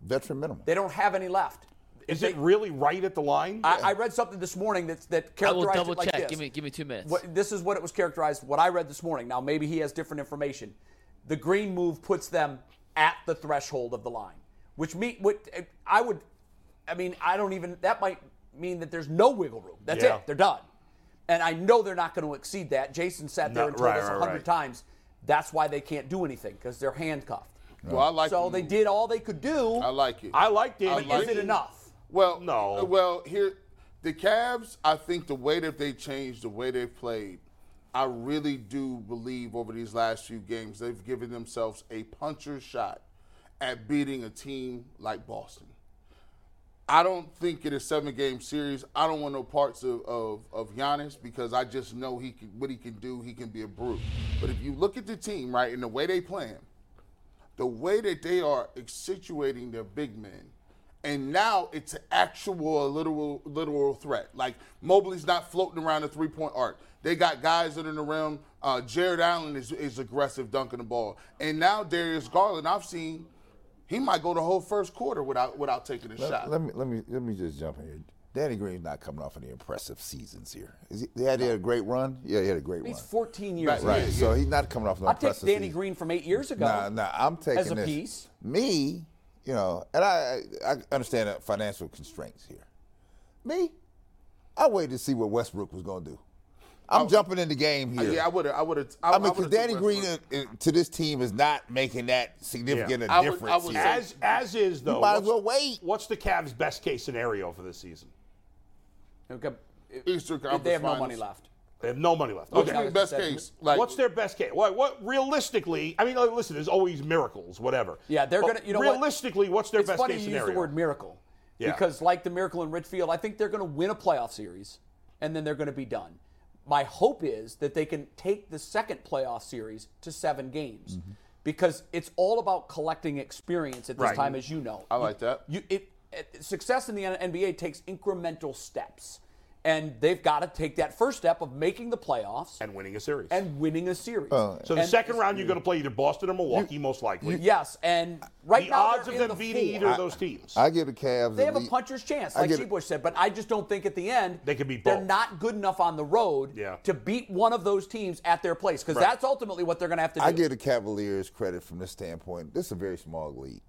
[SPEAKER 5] veteran minimum.
[SPEAKER 4] They don't have any left.
[SPEAKER 3] Is it really right at the line?
[SPEAKER 4] I, I read something this morning that that
[SPEAKER 1] I will
[SPEAKER 4] characterized
[SPEAKER 1] double
[SPEAKER 4] it like
[SPEAKER 1] check.
[SPEAKER 4] this.
[SPEAKER 1] Give me give me two minutes.
[SPEAKER 4] What, this is what it was characterized. What I read this morning. Now maybe he has different information. The green move puts them at the threshold of the line, which me what I would. I mean, I don't even. That might mean that there's no wiggle room. That's
[SPEAKER 3] Yeah.
[SPEAKER 4] it. They're done. And I know they're not going to exceed that. Jason sat there
[SPEAKER 3] No,
[SPEAKER 4] and told
[SPEAKER 3] right,
[SPEAKER 4] us a
[SPEAKER 3] right,
[SPEAKER 4] hundred
[SPEAKER 3] right.
[SPEAKER 4] times. That's why they can't do anything because they're handcuffed.
[SPEAKER 2] Well, I like
[SPEAKER 4] so
[SPEAKER 2] the
[SPEAKER 4] they
[SPEAKER 2] move.
[SPEAKER 4] did all they could do.
[SPEAKER 2] I like it.
[SPEAKER 3] I liked it.
[SPEAKER 2] I
[SPEAKER 4] Is
[SPEAKER 2] like
[SPEAKER 4] it enough?
[SPEAKER 2] Well,
[SPEAKER 3] No.
[SPEAKER 2] uh, Well, here, the Cavs. I think the way that they changed the way they played, I really do believe over these last few games they've given themselves a puncher shot at beating a team like Boston. I don't think in a seven-game series, I don't want no parts of, of, of Giannis because I just know he can, what he can do. He can be a brute. But if you look at the team, right, and the way they playing, the way that they are accentuating their big men, and now it's an actual literal literal threat. Like Mobley's not floating around the three point arc. They got guys that are in the rim. Uh, Jared Allen is, is aggressive dunking the ball, and now Darius Garland. I've seen he might go the whole first quarter without without taking a shot.
[SPEAKER 5] Let, let me let me let me just jump in here. Danny Green's not coming off any impressive seasons here. Is he, they had, he had a great run. Yeah, he had a great
[SPEAKER 4] He's
[SPEAKER 5] run.
[SPEAKER 4] 14 years.
[SPEAKER 2] Right,
[SPEAKER 4] old.
[SPEAKER 5] right.
[SPEAKER 2] yeah,
[SPEAKER 5] So he's not coming off no
[SPEAKER 4] I take
[SPEAKER 5] impressive
[SPEAKER 4] Danny
[SPEAKER 5] season.
[SPEAKER 4] Green from eight years ago.
[SPEAKER 5] Nah, nah. I'm taking
[SPEAKER 4] a
[SPEAKER 5] this.
[SPEAKER 4] piece.
[SPEAKER 5] Me, you know, and I I understand the financial constraints here. Me, I waited to see what Westbrook was going to do.
[SPEAKER 4] Oh.
[SPEAKER 5] I'm jumping in the game here.
[SPEAKER 2] Yeah, I would have. I would have.
[SPEAKER 5] I mean, because Danny Green uh, uh, to this team is not making that significant
[SPEAKER 2] I
[SPEAKER 5] a
[SPEAKER 2] would- I
[SPEAKER 5] difference.
[SPEAKER 2] would
[SPEAKER 5] here.
[SPEAKER 2] say-
[SPEAKER 3] as as is though.
[SPEAKER 5] you might as
[SPEAKER 3] what's-
[SPEAKER 5] well wait.
[SPEAKER 3] What's the Cavs' best case scenario for this season?
[SPEAKER 4] Okay.
[SPEAKER 2] Eastern Conference
[SPEAKER 4] They have no
[SPEAKER 2] Finals.
[SPEAKER 4] money left.
[SPEAKER 3] They have no money left.
[SPEAKER 2] What's
[SPEAKER 3] Okay.
[SPEAKER 2] their best case? Like
[SPEAKER 3] What's their best case? What, what realistically? I mean, like, listen, there's always miracles, whatever.
[SPEAKER 4] Yeah, they're
[SPEAKER 3] But
[SPEAKER 4] gonna- you know what?
[SPEAKER 3] realistically, what's their
[SPEAKER 4] it's
[SPEAKER 3] best
[SPEAKER 4] funny
[SPEAKER 3] case
[SPEAKER 4] you
[SPEAKER 3] scenario?
[SPEAKER 4] use the word miracle
[SPEAKER 3] Yeah.
[SPEAKER 4] because like the miracle in Ridgefield, I think they're going to win a playoff series and then they're going to be done. My hope is that they can take the second playoff series to seven games
[SPEAKER 3] Mm-hmm.
[SPEAKER 4] because it's all about collecting experience at this
[SPEAKER 3] Right.
[SPEAKER 4] time, as you know.
[SPEAKER 2] I like that.
[SPEAKER 4] You, it, it- success in the NBA takes incremental steps, and they've got to take that first step of making the playoffs and,
[SPEAKER 3] and winning a series.
[SPEAKER 4] winning a series.
[SPEAKER 3] so the second round, you're going to play either Boston or Milwaukee, most likely.
[SPEAKER 4] yes, and right
[SPEAKER 3] the
[SPEAKER 4] now
[SPEAKER 3] odds
[SPEAKER 4] they're
[SPEAKER 3] of
[SPEAKER 4] in
[SPEAKER 3] them
[SPEAKER 4] the
[SPEAKER 3] beating
[SPEAKER 4] four.
[SPEAKER 3] either of those teams.
[SPEAKER 5] I give the Cavs.
[SPEAKER 4] They
[SPEAKER 5] at
[SPEAKER 4] have a
[SPEAKER 5] least-
[SPEAKER 4] puncher's chance,
[SPEAKER 5] I
[SPEAKER 4] like
[SPEAKER 5] get it.
[SPEAKER 4] Seabush said, but I just don't think at the end
[SPEAKER 3] They could beat
[SPEAKER 4] They're
[SPEAKER 3] both.
[SPEAKER 4] not good enough on the road
[SPEAKER 3] Yeah.
[SPEAKER 4] to beat one of those teams at their place because that's ultimately what they're going to have to do.
[SPEAKER 5] I give the Cavaliers credit from this standpoint. This is a very small league.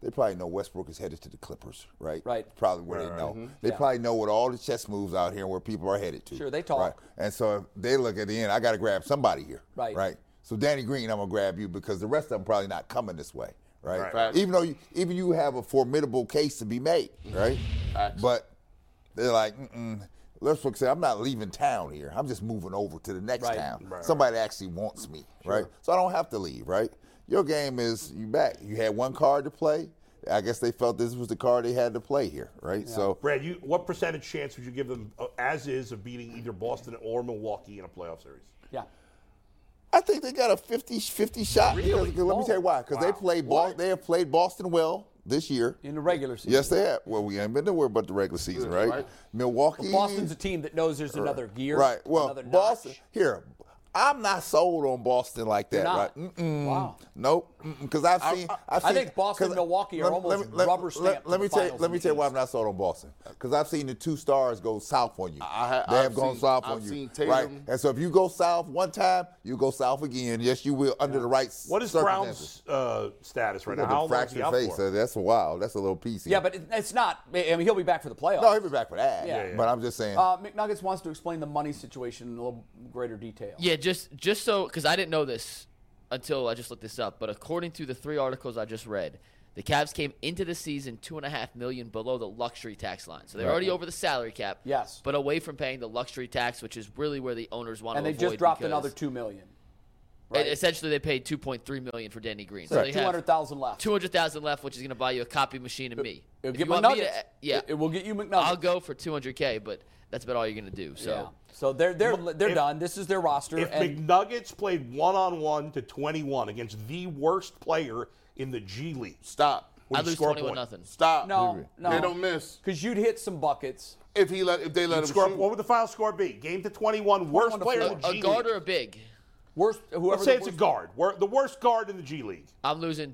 [SPEAKER 5] They probably know Westbrook is headed to the Clippers, right?
[SPEAKER 4] Right. Mm-hmm.
[SPEAKER 5] Probably where they know. They probably know what all the chess moves out here and where people are headed to.
[SPEAKER 4] Sure, they talk.
[SPEAKER 5] Right? And so if they look at the end, I got to grab somebody here.
[SPEAKER 4] Right.
[SPEAKER 5] Right. So Danny Green, I'm gonna grab you because the rest of them probably not coming this way, right?
[SPEAKER 3] Right.
[SPEAKER 2] Facts.
[SPEAKER 5] Even though you, even you have a formidable case to be made, right? But they're like, mm-mm. Westbrook said, I'm not leaving town here. I'm just moving over to the next
[SPEAKER 4] Right.
[SPEAKER 5] town. Somebody actually wants me, right? So I don't have to leave, right? Your game is you back. You had one card to play. I guess they felt this was the card they had to play here, right? So
[SPEAKER 3] Brad, you, what percentage chance would you give them, uh, as is, of beating either Boston or Milwaukee in a playoff series?
[SPEAKER 4] yeah.
[SPEAKER 5] I think they got a 50 50 shot. because-
[SPEAKER 3] Really?
[SPEAKER 5] because let me tell you why. Because they played Bal- they have played Boston well this year.
[SPEAKER 4] In the regular season.
[SPEAKER 5] Yes, they have. Well, we ain't been nowhere but the regular season, right? Milwaukee.
[SPEAKER 4] Boston's a team that knows there's another gear.
[SPEAKER 5] Right. Well,
[SPEAKER 4] another notch.
[SPEAKER 5] Boston. Here, I'm not sold on Boston like that.
[SPEAKER 4] You're not.
[SPEAKER 5] Right? Mm-mm.
[SPEAKER 4] Wow.
[SPEAKER 5] Nope. Because I've seen. I've
[SPEAKER 4] I
[SPEAKER 5] seen,
[SPEAKER 4] think Boston and
[SPEAKER 5] 'cause-
[SPEAKER 4] Milwaukee are
[SPEAKER 5] lem-
[SPEAKER 4] almost
[SPEAKER 5] lem- lem-
[SPEAKER 4] rubber
[SPEAKER 5] lem-
[SPEAKER 4] stamped to
[SPEAKER 5] Let
[SPEAKER 4] the
[SPEAKER 5] me tell. you-
[SPEAKER 4] finals
[SPEAKER 5] Let
[SPEAKER 4] in
[SPEAKER 5] me
[SPEAKER 4] the
[SPEAKER 5] tell you why
[SPEAKER 4] East.
[SPEAKER 5] I'm not sold on Boston. Because I've seen the two stars go south on you.
[SPEAKER 2] I ha-
[SPEAKER 5] they
[SPEAKER 2] I've
[SPEAKER 5] have gone
[SPEAKER 2] seen-
[SPEAKER 5] south
[SPEAKER 2] I've
[SPEAKER 5] on you.
[SPEAKER 2] seen Tatum.
[SPEAKER 5] Right. And so if you go south one time, you go south again. Yes, you will under the right.
[SPEAKER 3] What is
[SPEAKER 5] circumstances.
[SPEAKER 3] Brown's uh, status right now?
[SPEAKER 5] With a
[SPEAKER 3] How long is he
[SPEAKER 5] fractured
[SPEAKER 3] out
[SPEAKER 5] face.
[SPEAKER 3] for?
[SPEAKER 5] uh, That's wild. That's a little piece.
[SPEAKER 4] Yeah, but it, it's not. I mean, he'll be back for the playoffs.
[SPEAKER 5] no, he'll be back for that.
[SPEAKER 4] Yeah. Yeah, yeah.
[SPEAKER 5] But I'm just saying.
[SPEAKER 4] Uh, McNuggets wants to explain the money situation in a little greater detail.
[SPEAKER 1] Yeah, just just so because I didn't know this. until I just looked this up, but according to the three articles I just read, the Cavs came into the season two and a half million below the luxury tax line. So they're already over the salary cap.
[SPEAKER 4] Yes.
[SPEAKER 1] But away from paying the luxury tax, which is really where the owners want
[SPEAKER 4] and
[SPEAKER 1] to
[SPEAKER 4] they
[SPEAKER 1] avoid.
[SPEAKER 4] just dropped
[SPEAKER 1] because-
[SPEAKER 4] another two million.
[SPEAKER 1] and Essentially, they paid 2.3 million for Danny Green. So, they
[SPEAKER 4] Two
[SPEAKER 1] have
[SPEAKER 4] hundred thousand left.
[SPEAKER 1] 200,000 left, which is going to buy you a copy machine and me.
[SPEAKER 4] It'll
[SPEAKER 1] If
[SPEAKER 4] get
[SPEAKER 1] you
[SPEAKER 4] my
[SPEAKER 1] want me to-
[SPEAKER 4] nuggets.
[SPEAKER 1] yeah.
[SPEAKER 4] It, it will get you McNuggets.
[SPEAKER 1] I'll go for 200k, but that's about all you're going to do. So
[SPEAKER 4] Yeah. So they're they're they're
[SPEAKER 3] If-
[SPEAKER 4] done. This is their roster.
[SPEAKER 3] If
[SPEAKER 4] and
[SPEAKER 3] McNuggets played one on one to 21 against the worst player in the G League,
[SPEAKER 2] Stop.
[SPEAKER 1] I
[SPEAKER 3] would you
[SPEAKER 1] lose
[SPEAKER 3] score a
[SPEAKER 1] 21
[SPEAKER 3] point?
[SPEAKER 1] nothing.
[SPEAKER 2] Stop.
[SPEAKER 4] no, no,
[SPEAKER 2] They don't miss.
[SPEAKER 4] because you'd hit some buckets.
[SPEAKER 2] If he let, if they let him
[SPEAKER 3] Score,
[SPEAKER 2] shoot.
[SPEAKER 3] what would the final score be? Game to 21,
[SPEAKER 4] 21
[SPEAKER 3] worst
[SPEAKER 4] to
[SPEAKER 3] player
[SPEAKER 1] A,
[SPEAKER 3] in the
[SPEAKER 1] a
[SPEAKER 3] G
[SPEAKER 1] guard or
[SPEAKER 3] League.
[SPEAKER 1] a big,
[SPEAKER 4] Worst, whoever.
[SPEAKER 3] Let's say
[SPEAKER 4] the
[SPEAKER 3] it's a
[SPEAKER 4] worst-
[SPEAKER 3] guard. We're the worst guard in the G League.
[SPEAKER 1] I'm losing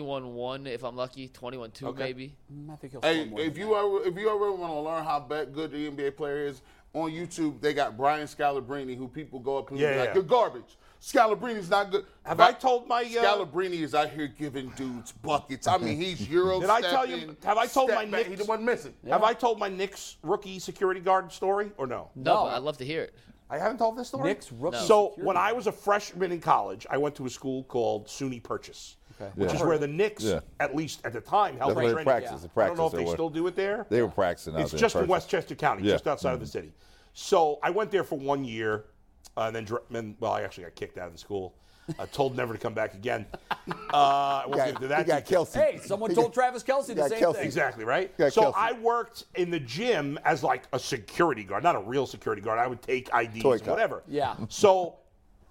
[SPEAKER 1] 21-1 if I'm lucky, 21-2 maybe.
[SPEAKER 4] I think he'll
[SPEAKER 2] Hey,
[SPEAKER 4] score more
[SPEAKER 2] if
[SPEAKER 4] than
[SPEAKER 2] you ever if you ever want to learn how bad good the NBA player is, on YouTube they got Brian Scalabrine, who people go up and
[SPEAKER 3] Yeah,
[SPEAKER 2] be like,
[SPEAKER 3] yeah.
[SPEAKER 2] "You're garbage." Scalabrini's not good.
[SPEAKER 3] Have
[SPEAKER 2] But
[SPEAKER 3] I told my, uh,
[SPEAKER 2] Scalabrine is out here giving dudes buckets? I mean, he's Euro.
[SPEAKER 3] Did I tell you-
[SPEAKER 2] stepping,
[SPEAKER 3] have I told
[SPEAKER 2] step
[SPEAKER 3] my
[SPEAKER 2] back.
[SPEAKER 3] Knicks-
[SPEAKER 2] He wasn't missing.
[SPEAKER 3] Have I told my Knicks rookie security guard story or no?
[SPEAKER 1] No,
[SPEAKER 4] No.
[SPEAKER 1] but I'd love to hear it.
[SPEAKER 3] I haven't told this story.
[SPEAKER 4] Knicks rookie
[SPEAKER 3] So
[SPEAKER 4] Oh, security.
[SPEAKER 3] when I was a freshman in college, I went to a school called SUNY Purchase, which
[SPEAKER 5] Yeah.
[SPEAKER 3] is where the Knicks,
[SPEAKER 6] Yeah.
[SPEAKER 3] at least at the time, held
[SPEAKER 5] That's where
[SPEAKER 3] their
[SPEAKER 5] they
[SPEAKER 3] training.
[SPEAKER 5] practice, they
[SPEAKER 3] I don't know if
[SPEAKER 5] practice
[SPEAKER 3] they
[SPEAKER 5] there.
[SPEAKER 3] still do it there.
[SPEAKER 5] They were practicing out
[SPEAKER 3] It's
[SPEAKER 5] there,
[SPEAKER 3] just in
[SPEAKER 5] Purchase.
[SPEAKER 3] Westchester County,
[SPEAKER 5] Yeah. Mm-hmm.
[SPEAKER 3] just outside of the city. So I went there for one year, uh, and then dr- and, well, I actually got kicked out of the school. Uh, told never to come back again. Uh, I won't
[SPEAKER 5] got,
[SPEAKER 3] get into
[SPEAKER 5] he
[SPEAKER 3] that.
[SPEAKER 5] got
[SPEAKER 3] detail.
[SPEAKER 5] Kelsey.
[SPEAKER 4] Hey, someone
[SPEAKER 5] He
[SPEAKER 4] told
[SPEAKER 5] got-
[SPEAKER 4] Travis Kelsey
[SPEAKER 5] he
[SPEAKER 4] the
[SPEAKER 5] got
[SPEAKER 4] same
[SPEAKER 5] Kelsey.
[SPEAKER 4] thing.
[SPEAKER 3] Exactly, right?
[SPEAKER 5] Yeah,
[SPEAKER 3] so
[SPEAKER 5] Kelsey.
[SPEAKER 3] I worked in the gym as like a security guard, not a real security guard. I would take IDs,
[SPEAKER 5] Toy
[SPEAKER 3] and
[SPEAKER 5] cop.
[SPEAKER 3] whatever.
[SPEAKER 4] Yeah.
[SPEAKER 3] So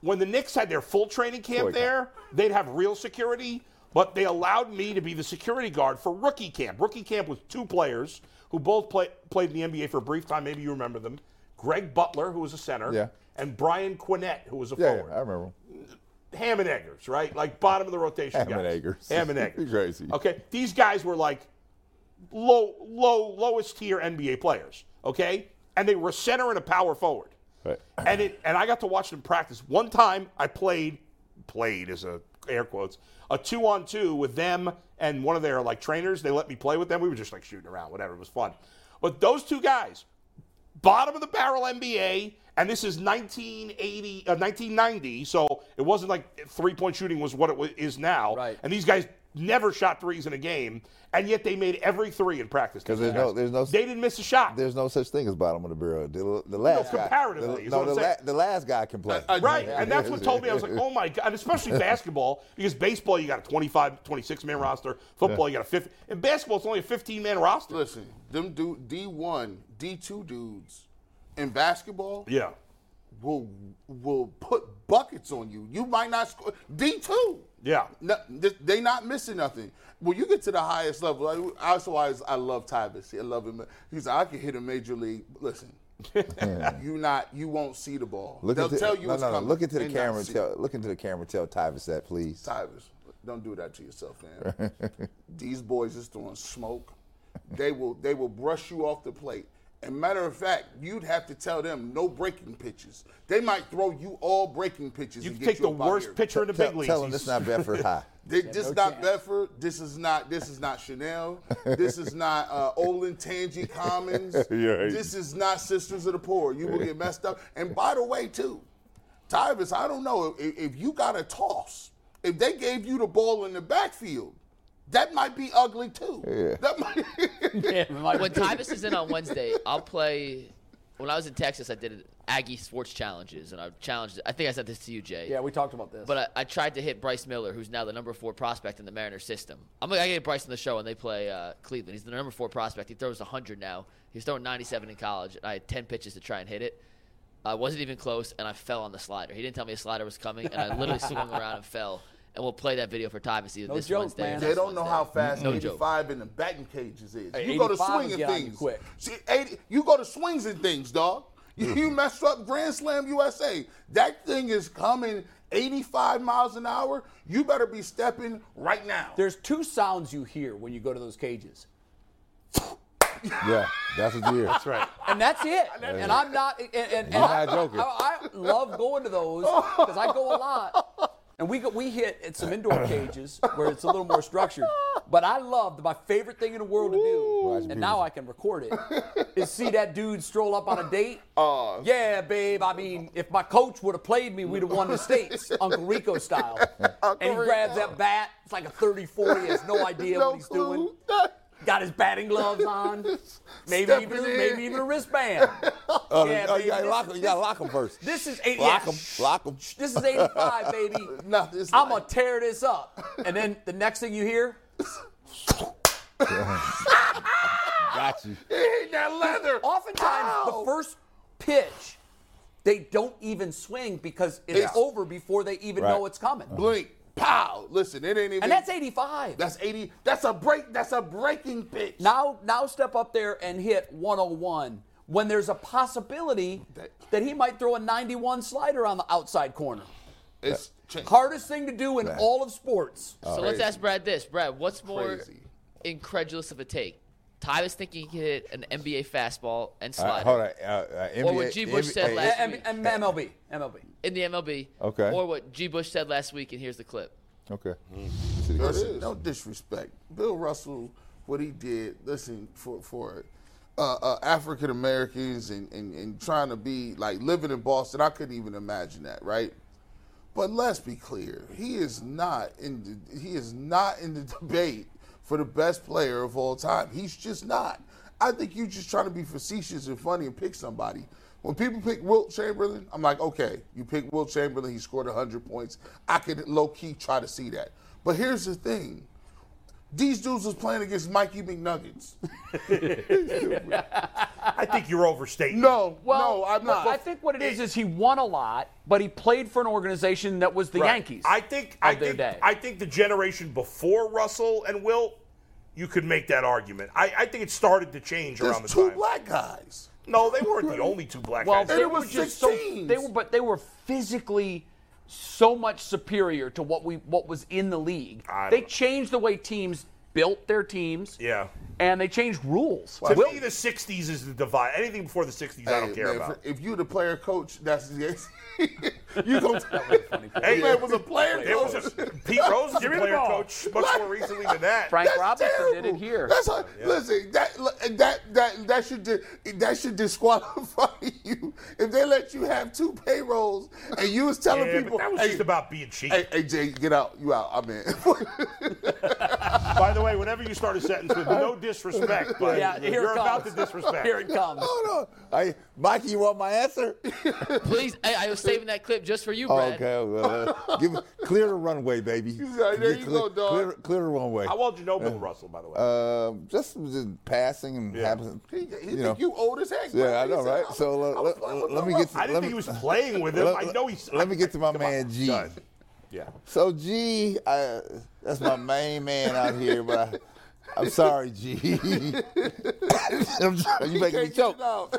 [SPEAKER 3] when the Knicks had their full training camp
[SPEAKER 5] Toy cop.
[SPEAKER 3] there, they'd have real security, but they allowed me to be the security guard for rookie camp. Rookie camp was two players who both play, played in the NBA for a brief time. Maybe you remember them. Greg Butler, who was a center,
[SPEAKER 5] Yeah.
[SPEAKER 3] and Brian Quinnett, who was a
[SPEAKER 5] Yeah,
[SPEAKER 3] forward
[SPEAKER 5] yeah, I remember. him.
[SPEAKER 3] ham and eggers, right? Like bottom of the rotation
[SPEAKER 5] Ham
[SPEAKER 3] guys.
[SPEAKER 5] and eggers.
[SPEAKER 3] Ham and eggers.
[SPEAKER 5] Crazy.
[SPEAKER 3] Okay, these guys were like low, low, lowest tier NBA players. Okay, and they were a center and a power forward.
[SPEAKER 5] Right.
[SPEAKER 3] And it and I got to watch them practice. One time I played played as a air quotes a two on two with them and one of their like trainers. They let me play with them. We were just like shooting around, whatever. It was fun. But those two guys, bottom of the barrel NBA, and this is 1980, uh, 1990, so it wasn't like three point shooting was what it wa- is now.
[SPEAKER 4] Right.
[SPEAKER 3] And these guys never shot threes in a game, and yet they made every three in practice.
[SPEAKER 5] 'Cause there's no- there's no-
[SPEAKER 3] they didn't miss a shot.
[SPEAKER 5] There's no such thing as bottom of the barrel. The, the last guy,
[SPEAKER 3] comparatively,
[SPEAKER 5] the,
[SPEAKER 3] is
[SPEAKER 5] no,
[SPEAKER 3] what I'm
[SPEAKER 5] the,
[SPEAKER 3] saying.
[SPEAKER 5] la- the last guy can play.
[SPEAKER 2] I-
[SPEAKER 3] Right, and that's what told me. I was like, oh my God, and especially basketball, because baseball, you got a 25, 26 man roster. Football, you got a 50. And basketball, it's only a 15 man roster.
[SPEAKER 2] Listen, them dude D one, D two dudes in basketball
[SPEAKER 3] Yeah.
[SPEAKER 2] will will put buckets on you. You might not score D two.
[SPEAKER 3] Yeah.
[SPEAKER 2] No, th- they not missing nothing. When you get to the highest level, I- I also I, I love Tyvus. I love him. He's I can hit a major league. Listen, you not you won't see the ball.
[SPEAKER 5] look
[SPEAKER 2] They'll
[SPEAKER 5] into,
[SPEAKER 2] tell you
[SPEAKER 5] no,
[SPEAKER 2] it's
[SPEAKER 5] no, no,
[SPEAKER 2] coming
[SPEAKER 5] Look into the
[SPEAKER 2] and not
[SPEAKER 5] camera. and
[SPEAKER 2] see
[SPEAKER 5] Tell, look into the camera. and Tell Tyvis that, please.
[SPEAKER 2] Tyvus, don't do that to yourself, man. These boys is throwing smoke. They will they will brush you off the plate. And matter of fact, you'd have to tell them no breaking pitches. They might throw you all breaking pitches.
[SPEAKER 3] You
[SPEAKER 2] and
[SPEAKER 3] can
[SPEAKER 2] get
[SPEAKER 3] take the
[SPEAKER 2] up out of
[SPEAKER 3] worst
[SPEAKER 2] here.
[SPEAKER 3] pitcher in the
[SPEAKER 5] Tell,
[SPEAKER 3] big leagues.
[SPEAKER 5] tell him
[SPEAKER 3] He's-
[SPEAKER 5] it's not Bedford High.
[SPEAKER 2] They, this is not Bedford. This is not. This is not Chanel. This is not uh, Olin Tangi Commons.
[SPEAKER 6] You're right.
[SPEAKER 2] This is not Sisters of the Poor. You will get messed up. And by the way, too, Tyvis, I don't know if, if you got a toss. If they gave you the ball in the backfield, that might be ugly too. That might.
[SPEAKER 1] When Tyvis is in on Wednesday, I'll play. When I was in Texas, I did Aggie Sports Challenges, and I challenged. I think I sent this to you, Jay.
[SPEAKER 4] Yeah, we talked about this.
[SPEAKER 1] But I, I tried to hit Bryce Miller, who's now the number four prospect in the Mariners system. I'm like, I get Bryce on the show, and they play uh, Cleveland. He's the number four prospect. He throws 100 now. He was throwing 97 in college, and I had 10 pitches to try and hit it. I wasn't even close, and I fell on the slider. He didn't tell me a slider was coming, and I literally swung around and fell. And we'll play that video for Tyvis either
[SPEAKER 4] No
[SPEAKER 1] this
[SPEAKER 4] joke,
[SPEAKER 1] Wednesday. or
[SPEAKER 4] man.
[SPEAKER 1] next
[SPEAKER 2] They don't know
[SPEAKER 1] Wednesday.
[SPEAKER 2] how fast
[SPEAKER 1] No joke.
[SPEAKER 2] 85 in the batting cages is.
[SPEAKER 4] Hey,
[SPEAKER 2] you go to
[SPEAKER 4] 85 will
[SPEAKER 2] swinging
[SPEAKER 4] get on you
[SPEAKER 2] things.
[SPEAKER 4] quick.
[SPEAKER 2] See, 80, you go to swings and things, dog. You, you mess up Grand Slam USA. That thing is coming 85 miles an hour. You better be stepping right now.
[SPEAKER 4] There's two sounds you hear when you go to those cages,
[SPEAKER 5] yeah, that's what you hear. That's
[SPEAKER 3] right.
[SPEAKER 4] and that's it. and I'm not. And, and, and
[SPEAKER 5] You're
[SPEAKER 4] I,
[SPEAKER 5] not joking.
[SPEAKER 4] I, I love going to those because I go a lot. And we go, we hit at some indoor cages where it's a little more structured. But I loved my favorite thing in the world to do, and now I can record it, is see that dude stroll up on a date.
[SPEAKER 2] Uh, Oh.
[SPEAKER 4] yeah, babe. I mean, if my coach would have played me, we'd have won the states, Uncle Rico style. and he grabs that bat. It's like a 30-40. He has no idea
[SPEAKER 2] No
[SPEAKER 4] what he's
[SPEAKER 2] clue.
[SPEAKER 4] doing. Got his batting gloves on. Maybe
[SPEAKER 2] Stepping
[SPEAKER 4] even
[SPEAKER 2] in.
[SPEAKER 4] maybe even a wristband.
[SPEAKER 5] Oh,
[SPEAKER 4] Yeah,
[SPEAKER 5] oh,
[SPEAKER 4] baby,
[SPEAKER 5] you gotta
[SPEAKER 4] this-
[SPEAKER 5] lock 'em- You gotta lock 'em first.
[SPEAKER 4] This is eight.
[SPEAKER 5] Lock
[SPEAKER 4] yeah.
[SPEAKER 5] 'em, lock 'em.
[SPEAKER 4] This is 85, baby.
[SPEAKER 2] No, this
[SPEAKER 4] I'm
[SPEAKER 2] like-
[SPEAKER 4] gonna tear this up. And then the next thing you hear,
[SPEAKER 5] Got you.
[SPEAKER 2] Hey, that leather.
[SPEAKER 4] oftentimes the first pitch, they don't even swing because it's
[SPEAKER 2] Yeah.
[SPEAKER 4] over before they even
[SPEAKER 5] Right.
[SPEAKER 4] know it's coming.
[SPEAKER 2] blink, pow. Listen, it ain't even.
[SPEAKER 4] And that's 85.
[SPEAKER 2] That's 80. That's a break. That's a breaking pitch.
[SPEAKER 4] now, now step up there and hit 101 when there's a possibility
[SPEAKER 2] That-
[SPEAKER 4] that he might throw a 91 slider on the outside corner.
[SPEAKER 2] It's change.
[SPEAKER 4] Hardest thing to do in
[SPEAKER 5] Right.
[SPEAKER 4] all of sports.
[SPEAKER 1] So let's ask Brad this. Brad, what's more
[SPEAKER 2] Crazy.
[SPEAKER 1] incredulous of a take? Ty is thinking he can hit an NBA fastball and
[SPEAKER 5] All right,
[SPEAKER 1] slider
[SPEAKER 5] hold on. Uh, uh, NBA,
[SPEAKER 1] what G. Bush said
[SPEAKER 5] hey,
[SPEAKER 1] last-
[SPEAKER 4] And, and MLB, MLB.
[SPEAKER 1] in the MLB.
[SPEAKER 5] Okay.
[SPEAKER 1] Or what G. Bush said last week, and here's the clip.
[SPEAKER 5] Okay.
[SPEAKER 2] Listen, no disrespect. Bill Russell, what he did, listen, for, for uh, uh, African Americans and, and, and trying to be like living in Boston, I couldn't even imagine that, right? But let's be clear, he is not in the, he is not in the debate for the best player of all time. He's just not. I think you're just trying to be facetious and funny and pick somebody. When people pick Wilt Chamberlain, I'm like, okay, you pick Wilt Chamberlain, he scored 100 points. I could low key try to see that. But here's the thing. These dudes was playing against Mikey McNuggets.
[SPEAKER 3] I think you're overstating.
[SPEAKER 2] No, no, I'm not.
[SPEAKER 4] I think what it is is he won a lot, but he played for an organization that was the Yankees.
[SPEAKER 3] I think I
[SPEAKER 4] Of their
[SPEAKER 3] think
[SPEAKER 4] day.
[SPEAKER 3] I think the generation before Russell and Wilt, you could make that argument. I, I think it started to change around the
[SPEAKER 2] There's two
[SPEAKER 3] time.
[SPEAKER 2] black guys.
[SPEAKER 3] no, they weren't the only two black
[SPEAKER 4] well,
[SPEAKER 3] guys.
[SPEAKER 4] they
[SPEAKER 2] it
[SPEAKER 4] were
[SPEAKER 2] was
[SPEAKER 4] just so
[SPEAKER 2] 16s.
[SPEAKER 4] they were, but they were physically so much superior to what we what was in the league.
[SPEAKER 3] I don't
[SPEAKER 4] They
[SPEAKER 3] know.
[SPEAKER 4] changed the way teams built their teams.
[SPEAKER 3] Yeah.
[SPEAKER 4] and they changed rules.
[SPEAKER 3] to
[SPEAKER 4] Wilt-
[SPEAKER 3] me, the '60s is the divide. Anything before the '60s, I don't
[SPEAKER 2] Hey,
[SPEAKER 3] care
[SPEAKER 2] man,
[SPEAKER 3] about.
[SPEAKER 2] if- If you the player coach, that's the you gonna Hey,
[SPEAKER 3] Hey,
[SPEAKER 2] man, it was a player
[SPEAKER 3] It was
[SPEAKER 2] coach.
[SPEAKER 3] a, Pete Rose was a
[SPEAKER 7] me the
[SPEAKER 3] player
[SPEAKER 7] ball.
[SPEAKER 3] coach much more recently than that.
[SPEAKER 4] Frank
[SPEAKER 2] That's
[SPEAKER 4] Robinson did it
[SPEAKER 2] terrible.
[SPEAKER 4] here.
[SPEAKER 2] That's how, listen. That that that that should di- that should disqualify you if they let you have two payrolls and you was telling
[SPEAKER 3] Yeah,
[SPEAKER 2] people.
[SPEAKER 3] but that was
[SPEAKER 2] hey,
[SPEAKER 3] just about being cheap.
[SPEAKER 2] Hey, hey, Jay, get out. You out. I'm in.
[SPEAKER 3] By the way, whenever you start a sentence with no disrespect, but
[SPEAKER 4] Yeah, here it
[SPEAKER 3] you're about to
[SPEAKER 4] comes.
[SPEAKER 3] disrespect.
[SPEAKER 4] here it comes.
[SPEAKER 5] Hold on. Hey, Mikey, you want my answer?
[SPEAKER 1] Please, I, I was saving that clip just for you,
[SPEAKER 5] Oh,
[SPEAKER 1] Brad.
[SPEAKER 5] okay. Well, uh, give, clear the runway, baby.
[SPEAKER 2] like, there you go, dog.
[SPEAKER 5] Clear, clear the runway.
[SPEAKER 3] How well did you know Bill Russell, by the way?
[SPEAKER 5] Um, just, just passing and
[SPEAKER 3] Yeah.
[SPEAKER 5] happens.
[SPEAKER 2] he he
[SPEAKER 5] you
[SPEAKER 2] think
[SPEAKER 5] know.
[SPEAKER 2] you old as heck. bro.
[SPEAKER 5] Yeah, I
[SPEAKER 2] He
[SPEAKER 5] know,
[SPEAKER 2] said,
[SPEAKER 5] right?
[SPEAKER 2] I'm-
[SPEAKER 5] So
[SPEAKER 2] I
[SPEAKER 5] let,
[SPEAKER 2] was
[SPEAKER 5] let,
[SPEAKER 2] playing
[SPEAKER 5] let,
[SPEAKER 2] with
[SPEAKER 5] me
[SPEAKER 2] Bill
[SPEAKER 5] get. To,
[SPEAKER 3] I didn't
[SPEAKER 5] let
[SPEAKER 3] think
[SPEAKER 5] me-
[SPEAKER 3] he was playing with him. I know he's.
[SPEAKER 5] Let me get to my
[SPEAKER 3] Come
[SPEAKER 5] man
[SPEAKER 3] on,
[SPEAKER 5] G.
[SPEAKER 3] done. Yeah.
[SPEAKER 5] So G, I, that's my main man out here, but I, I'm sorry, G. I'm sorry, you
[SPEAKER 2] He
[SPEAKER 5] making
[SPEAKER 2] can't
[SPEAKER 5] me
[SPEAKER 2] get it
[SPEAKER 5] choke.
[SPEAKER 2] out.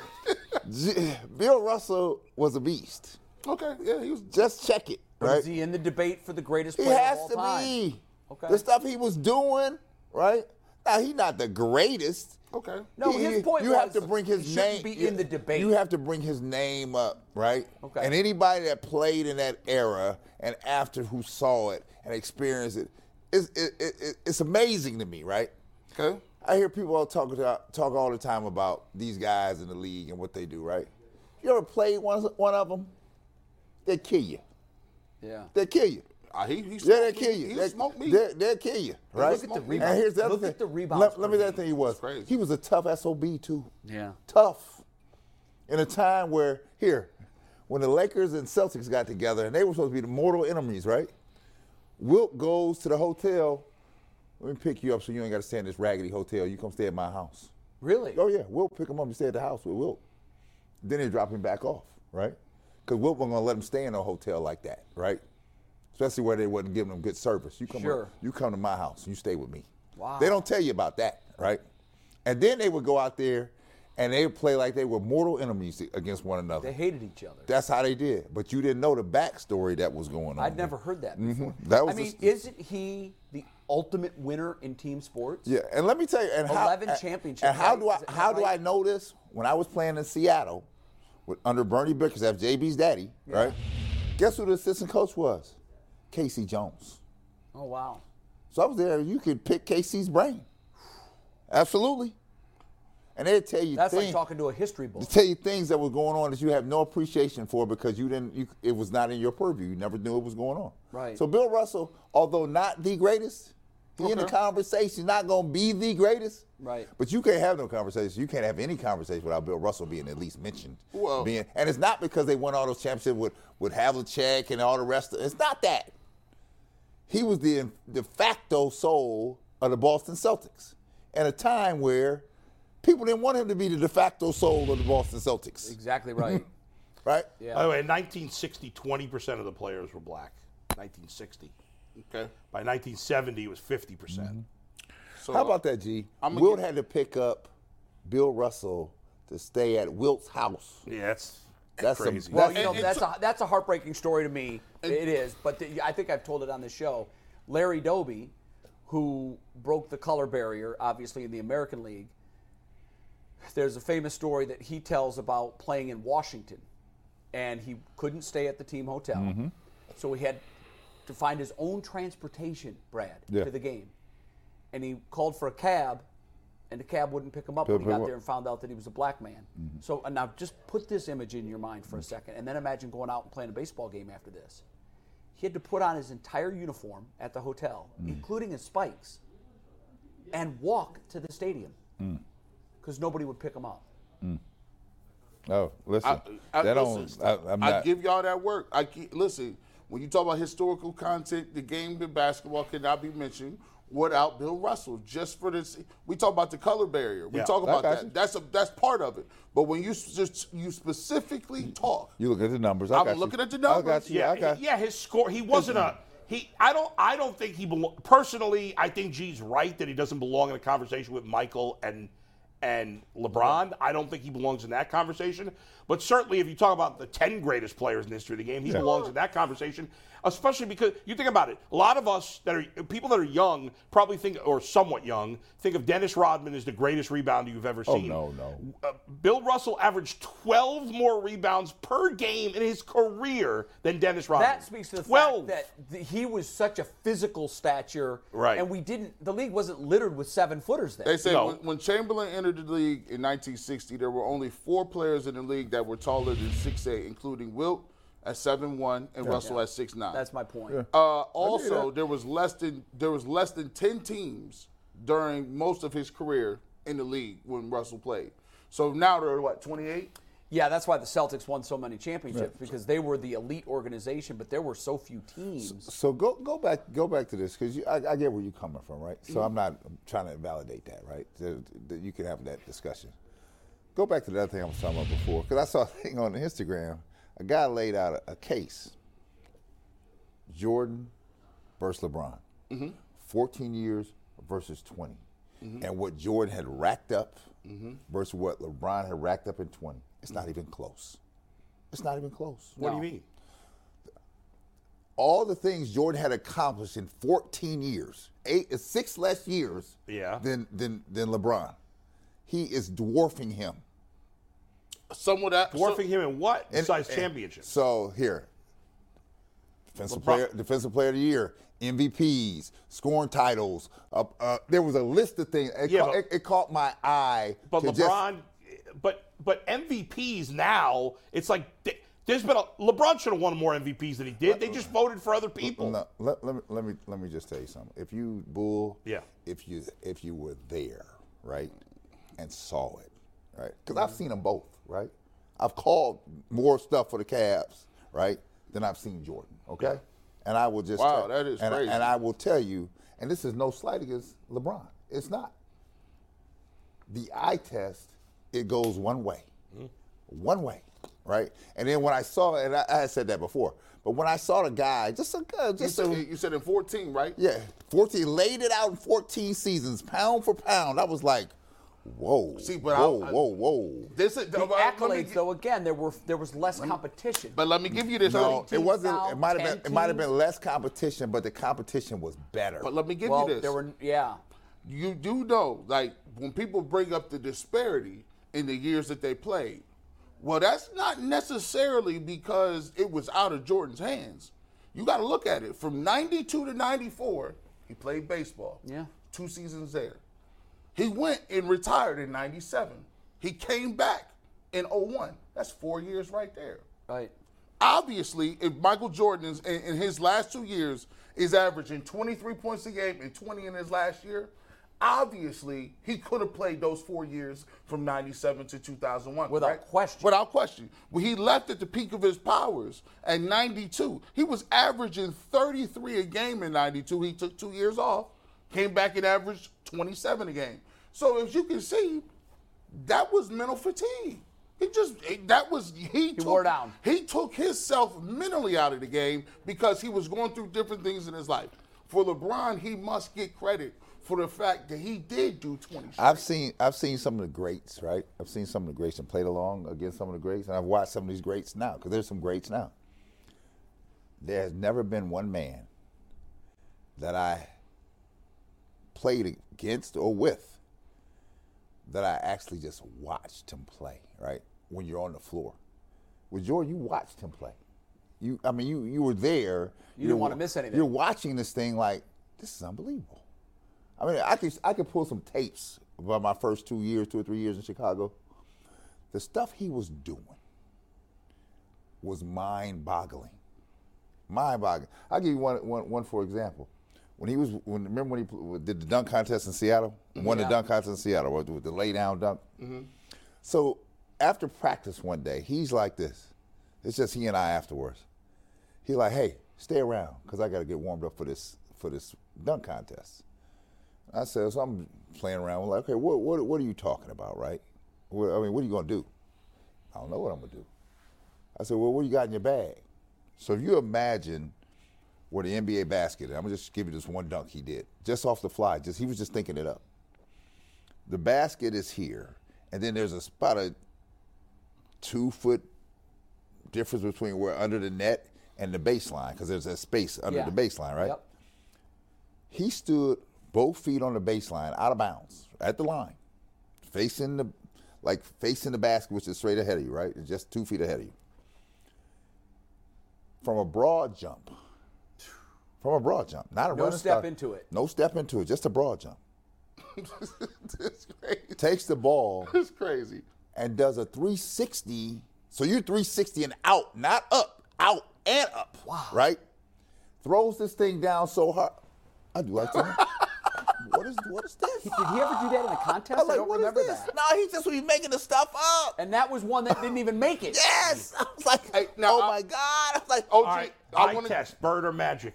[SPEAKER 5] G, Bill Russell was a beast.
[SPEAKER 2] okay, yeah, he was.
[SPEAKER 5] Just check it, right?
[SPEAKER 4] Is he in the debate for the greatest
[SPEAKER 5] He
[SPEAKER 4] player of
[SPEAKER 5] has
[SPEAKER 4] all
[SPEAKER 5] to
[SPEAKER 4] time?
[SPEAKER 5] be.
[SPEAKER 4] Okay.
[SPEAKER 5] The stuff he was doing, right? Now he's not the greatest.
[SPEAKER 2] Okay.
[SPEAKER 4] No,
[SPEAKER 5] He-
[SPEAKER 4] his point
[SPEAKER 5] You
[SPEAKER 4] was
[SPEAKER 5] have to bring his
[SPEAKER 4] he
[SPEAKER 5] name.
[SPEAKER 4] shouldn't be in the debate.
[SPEAKER 5] You have to bring his name up, right?
[SPEAKER 4] Okay.
[SPEAKER 5] And anybody that played in that era and after who saw it and experienced it, it's, it, it, it- it's amazing to me, right?
[SPEAKER 2] Okay.
[SPEAKER 5] I hear people all talk about, talk all the time about these guys in the league and what they do, right? You ever played one one of them? They kill you.
[SPEAKER 4] Yeah.
[SPEAKER 5] They kill you.
[SPEAKER 2] Ah, he, he
[SPEAKER 5] Yeah,
[SPEAKER 2] smoked me.
[SPEAKER 5] they'll kill you.
[SPEAKER 2] He
[SPEAKER 5] They-
[SPEAKER 2] smoked me.
[SPEAKER 5] They, they'll kill you, right?
[SPEAKER 4] at the
[SPEAKER 5] Smoked
[SPEAKER 4] rebounds.
[SPEAKER 5] And here's the other
[SPEAKER 4] Look
[SPEAKER 5] thing.
[SPEAKER 4] at the rebounds
[SPEAKER 5] Let,
[SPEAKER 4] per
[SPEAKER 5] let me tell you the thing he was.
[SPEAKER 2] crazy.
[SPEAKER 5] He was a tough SOB, too.
[SPEAKER 4] Yeah.
[SPEAKER 5] Tough. In a time where, here, when the Lakers and Celtics got together, and they were supposed to be the mortal enemies, right? Wilt goes to the hotel. Let me pick you up so you ain't got to stay in this raggedy hotel. You come stay at my house.
[SPEAKER 4] Really?
[SPEAKER 5] Oh yeah, Wilt pick him up and stay at the house with Wilt. Then they drop him back off, right? Because Wilt wasn't gonna let him stay in a hotel like that, right? Especially where they wasn't giving him good service. You come,
[SPEAKER 4] Sure.
[SPEAKER 5] you come to my house, you stay with me.
[SPEAKER 4] Wow.
[SPEAKER 5] They don't tell you about that, right? And then they would go out there and they would play like they were mortal enemies against one another.
[SPEAKER 4] They hated each other.
[SPEAKER 5] That's how they did. But you didn't know the backstory that was going on.
[SPEAKER 4] I'd never heard that before.
[SPEAKER 5] Mm-hmm. That was
[SPEAKER 4] I mean,
[SPEAKER 5] just-
[SPEAKER 4] isn't he the ultimate winner in team sports?
[SPEAKER 5] Yeah, and let me tell you, and how,
[SPEAKER 4] 11
[SPEAKER 5] and-
[SPEAKER 4] championships,
[SPEAKER 5] And how
[SPEAKER 4] right?
[SPEAKER 5] do I
[SPEAKER 4] Is that
[SPEAKER 5] how do
[SPEAKER 4] right?
[SPEAKER 5] I know this? When I was playing in Seattle, with under Bernie Bickerstaff, JB's daddy, right? Guess who the assistant coach was? Casey Jones.
[SPEAKER 4] Oh wow.
[SPEAKER 5] So I was there. You could pick Casey's brain. Absolutely. And they'd tell you
[SPEAKER 4] That's
[SPEAKER 5] things.
[SPEAKER 4] like talking to a history book.
[SPEAKER 5] to tell you things that were going on that you have no appreciation for because you didn't you, it was not in your purview you never knew it was going on
[SPEAKER 4] Right.
[SPEAKER 5] so bill russell although not the greatest he in the conversation not going to be the greatest
[SPEAKER 4] Right.
[SPEAKER 5] but you can't have no conversation you can't have any conversation without bill russell being at least mentioned
[SPEAKER 2] Well-
[SPEAKER 5] being and it's not because they won all those championships with with havlicek and all the rest of it's not that he was the de facto soul of the Boston Celtics at a time where people didn't want him to be the de facto soul of the Boston Celtics,
[SPEAKER 4] Exactly right.
[SPEAKER 5] right?
[SPEAKER 3] By the way, in 1960, 20% of the players were black. 1960.
[SPEAKER 2] Okay.
[SPEAKER 3] By 1970, it was 50%. percent
[SPEAKER 2] So
[SPEAKER 5] How about that, G?
[SPEAKER 2] I'ma
[SPEAKER 5] Wilt
[SPEAKER 2] get-
[SPEAKER 5] had to pick up Bill Russell to stay at Wilt's house.
[SPEAKER 3] Yeah, that's
[SPEAKER 5] That's some-
[SPEAKER 3] crazy.
[SPEAKER 4] Well,
[SPEAKER 5] that's-
[SPEAKER 4] you know,
[SPEAKER 2] and-
[SPEAKER 4] that's a, that's a heartbreaking story to me. it is, but the, I think I've told it on the show. Larry Doby, who broke the color barrier, obviously in the American League. There's a famous story that he tells about playing in Washington, and he couldn't stay at the team hotel, so he had to find his own transportation, Brad,
[SPEAKER 5] Yeah.
[SPEAKER 4] to the game, and he called for a cab. And the cab wouldn't pick him up when he
[SPEAKER 5] pick him
[SPEAKER 4] got
[SPEAKER 5] up.
[SPEAKER 4] there and found out that he was a black man. So and now just put this image in your mind for a second, and then imagine going out and playing a baseball game after this. He had to put on his entire uniform at the hotel, including his spikes, and walk to the stadium because nobody would pick him up.
[SPEAKER 5] oh, listen,
[SPEAKER 2] I, I,
[SPEAKER 5] that
[SPEAKER 2] listen,
[SPEAKER 5] don't. I, I'm
[SPEAKER 2] I
[SPEAKER 5] not.
[SPEAKER 2] give y'all that work. I keep, listen. When you talk about historical content, the game of basketball cannot be mentioned without Bill Russell. Just for this, we talk about the color barrier. We
[SPEAKER 3] Yeah.
[SPEAKER 2] talk about
[SPEAKER 5] got you.
[SPEAKER 2] that. That's a that's part of it. But when you s- just you specifically talk,
[SPEAKER 5] you look at the numbers. I
[SPEAKER 2] I'm
[SPEAKER 5] got you.
[SPEAKER 2] looking at the
[SPEAKER 5] I got
[SPEAKER 2] numbers.
[SPEAKER 5] you.
[SPEAKER 3] yeah,
[SPEAKER 5] I got
[SPEAKER 3] he- yeah, his score. He wasn't a he. I don't. I don't think he belong. Personally, I think G's right that he doesn't belong in a conversation with Michael and and LeBron. I don't think he belongs in that conversation. But certainly, if you talk about the ten greatest players in the history of the game, he belongs in that conversation. Especially because you think about it, a lot of us that are people that are young probably think, or somewhat young, think of Dennis Rodman as the greatest rebounder you've ever
[SPEAKER 5] Oh
[SPEAKER 3] seen
[SPEAKER 5] no, no.
[SPEAKER 3] uh, Bill Russell averaged 12 more rebounds per game in his career than Dennis Rodman.
[SPEAKER 4] That speaks to the
[SPEAKER 3] 12.
[SPEAKER 4] fact that th- he was such a physical stature,
[SPEAKER 3] Right.
[SPEAKER 4] And we didn't. The league wasn't littered with seven footers then.
[SPEAKER 2] They say
[SPEAKER 3] No.
[SPEAKER 2] when, when Chamberlain entered the league in 1960, there were only four players in the league that were taller than 6'8", including Wilt at 7'1" and Russell at 6'9".
[SPEAKER 4] That's my point.
[SPEAKER 2] Uh, also, there was less than there was less than ten teams during most of his career in the league when Russell played. So now there are what twenty eight.
[SPEAKER 4] Yeah, that's why the Celtics won so many championships because they were the elite organization, but there were so few teams.
[SPEAKER 5] So go go back go back to this because I, I get where you're coming from, right? So I'm not trying to invalidate that, right? There- there- you can have that discussion. Go back to the other thing I was talking about before because I saw a thing on Instagram. A guy laid out a, a case: Jordan versus LeBron, 14 years versus 20, and what Jordan had racked up versus what LeBron had racked up in 20. It's not even close. It's not even close
[SPEAKER 3] what do you mean?
[SPEAKER 5] all the things Jordan had accomplished in 14 years, eight, six less years
[SPEAKER 3] Yeah.
[SPEAKER 5] than, than than LeBron. He is dwarfing him.
[SPEAKER 2] Some of that
[SPEAKER 3] Dwarfing him in what
[SPEAKER 5] And-
[SPEAKER 3] besides
[SPEAKER 5] and-
[SPEAKER 3] championships?
[SPEAKER 5] So here, defensive
[SPEAKER 3] LeBron.
[SPEAKER 5] player, defensive player of the year, MVPs, scoring titles. Uh, uh, there was a list of things. It,
[SPEAKER 3] Yeah,
[SPEAKER 5] caught,
[SPEAKER 3] but-
[SPEAKER 5] it, it caught my eye.
[SPEAKER 3] But
[SPEAKER 5] to just-
[SPEAKER 3] LeBron, but but MVPs now, it's like th- there's been a LeBron should have won more MVPs than he did. They just voted for other people.
[SPEAKER 5] No, let, let me let me let me just tell you something. If you bull,
[SPEAKER 3] Yeah.
[SPEAKER 5] If you if you were there, right, and saw it, right? Because
[SPEAKER 3] Mm-hmm.
[SPEAKER 5] I've seen them both, right? I've called more stuff for the Cavs, right, than I've seen Jordan. Okay, and I will just
[SPEAKER 2] Wow,
[SPEAKER 5] tell-
[SPEAKER 2] Oh, that is
[SPEAKER 5] and I-
[SPEAKER 2] crazy.
[SPEAKER 5] and I will tell you, and this is no slight against LeBron. It's not. The eye test, it goes one way
[SPEAKER 2] Mm-hmm.
[SPEAKER 5] one way, right? And then when I saw, and I, I had said that before, but when I saw the guy, just a guy,
[SPEAKER 2] you
[SPEAKER 5] just
[SPEAKER 2] said,
[SPEAKER 5] a,
[SPEAKER 2] you said in fourteen, right?
[SPEAKER 5] yeah, 14, laid it out in 14 seasons, pound for pound. I was like, whoa,
[SPEAKER 2] See, but I-
[SPEAKER 5] whoa,
[SPEAKER 2] I-
[SPEAKER 5] whoa, whoa.
[SPEAKER 2] This is
[SPEAKER 4] The
[SPEAKER 2] but let me
[SPEAKER 4] accolades,
[SPEAKER 2] gi-
[SPEAKER 4] though, again, there were there was less competition.
[SPEAKER 2] But let me give you this.
[SPEAKER 5] No, it wasn't. It
[SPEAKER 4] 13,000,
[SPEAKER 5] might have
[SPEAKER 4] 10
[SPEAKER 5] been. It might have
[SPEAKER 4] teams.
[SPEAKER 5] been less competition, but the competition was better.
[SPEAKER 2] but let me give
[SPEAKER 4] well,
[SPEAKER 2] you this.
[SPEAKER 4] there were yeah.
[SPEAKER 2] you do know, like when people bring up the disparity in the years that they played, well, that's not necessarily because it was out of Jordan's hands. You got to look at it. From 92 to 94, he played baseball.
[SPEAKER 4] Yeah.
[SPEAKER 2] Two seasons there. He went and retired in 97. He came back in 01. That's four years right there.
[SPEAKER 4] Right.
[SPEAKER 2] Obviously, if Michael Jordan is, in, in his last two years is averaging 23 points a game and 20 in his last year, obviously he could have played those four years from 97 to 2001.
[SPEAKER 4] Without
[SPEAKER 2] correct?
[SPEAKER 4] question.
[SPEAKER 2] Without question. Well, he left at the peak of his powers at 92. He was averaging 33 a game in 92. He took two years off, came back and averaged 27 a game. So as you can see, that was mental fatigue. He just it- that was he, took,
[SPEAKER 4] wore down.
[SPEAKER 2] He took himself mentally out of the game because he was going through different things in his life. For LeBron, he must get credit for the fact that he did do 20.
[SPEAKER 5] I've seen I've seen some of the greats, right? I've seen some of the greats and played along against some of the greats, and I've watched some of these greats now because there's some greats now. There has never been one man that I played against or with that I actually just watched him play, right? When you're on the floor. With Jordan, you watched him play. You I mean you you were there. You
[SPEAKER 4] didn't wanna miss anything.
[SPEAKER 5] You're watching this thing like, this is unbelievable. I mean I could I could pull some tapes about my first two years, two or three years in Chicago. The stuff he was doing was mind boggling. Mind boggling. I'll give you one, one, one for example. When he was, when, remember when he pl- did the dunk contest in Seattle? Won the dunk contest in Seattle with, with the lay down dunk. So after practice one day, he's like this. It's just he and I afterwards. He's like, hey, stay around because I got to get warmed up for this for this dunk contest. I said, so I'm playing around. like, okay, what, what, what are you talking about, right? What, I mean, what are you going to do? I don't know what I'm going to do. I said, well, what you got in your bag? So if you imagine where the NBA basket, I'm gonna just give you this one dunk he did, just off the fly, just he was just thinking it up. The basket is here, and then there's a spot of two foot difference between where under the net and the baseline, because there's that space under
[SPEAKER 4] Yeah.
[SPEAKER 5] the baseline, right?
[SPEAKER 4] Yep.
[SPEAKER 5] He stood both feet on the baseline, out of bounds, at the line, facing the like facing the basket, which is straight ahead of you, right? It's just two feet ahead of you. From a broad jump. From a broad jump. Not a
[SPEAKER 4] No
[SPEAKER 5] running
[SPEAKER 4] step
[SPEAKER 5] start.
[SPEAKER 4] into it.
[SPEAKER 5] No step into it, just a broad jump.
[SPEAKER 2] That's crazy.
[SPEAKER 5] Takes the ball
[SPEAKER 2] That's crazy.
[SPEAKER 5] and does a 360. So you're 360 and out, not up, out and up. Wow. Right? Throws this thing down so hard. I do like that. what is what is this?
[SPEAKER 4] Did he ever do that in a contest? I,
[SPEAKER 5] I'm like,
[SPEAKER 4] don't
[SPEAKER 5] what is
[SPEAKER 4] remember
[SPEAKER 5] this?
[SPEAKER 4] that.
[SPEAKER 5] No, he just was making the stuff up.
[SPEAKER 4] And that was one that didn't even make it.
[SPEAKER 5] yes. I was like,
[SPEAKER 2] Hey, now
[SPEAKER 5] oh
[SPEAKER 2] I-
[SPEAKER 5] my God. I was like,
[SPEAKER 2] OG,
[SPEAKER 3] All right,
[SPEAKER 2] I
[SPEAKER 3] eye
[SPEAKER 2] want to.
[SPEAKER 3] test, bird or magic?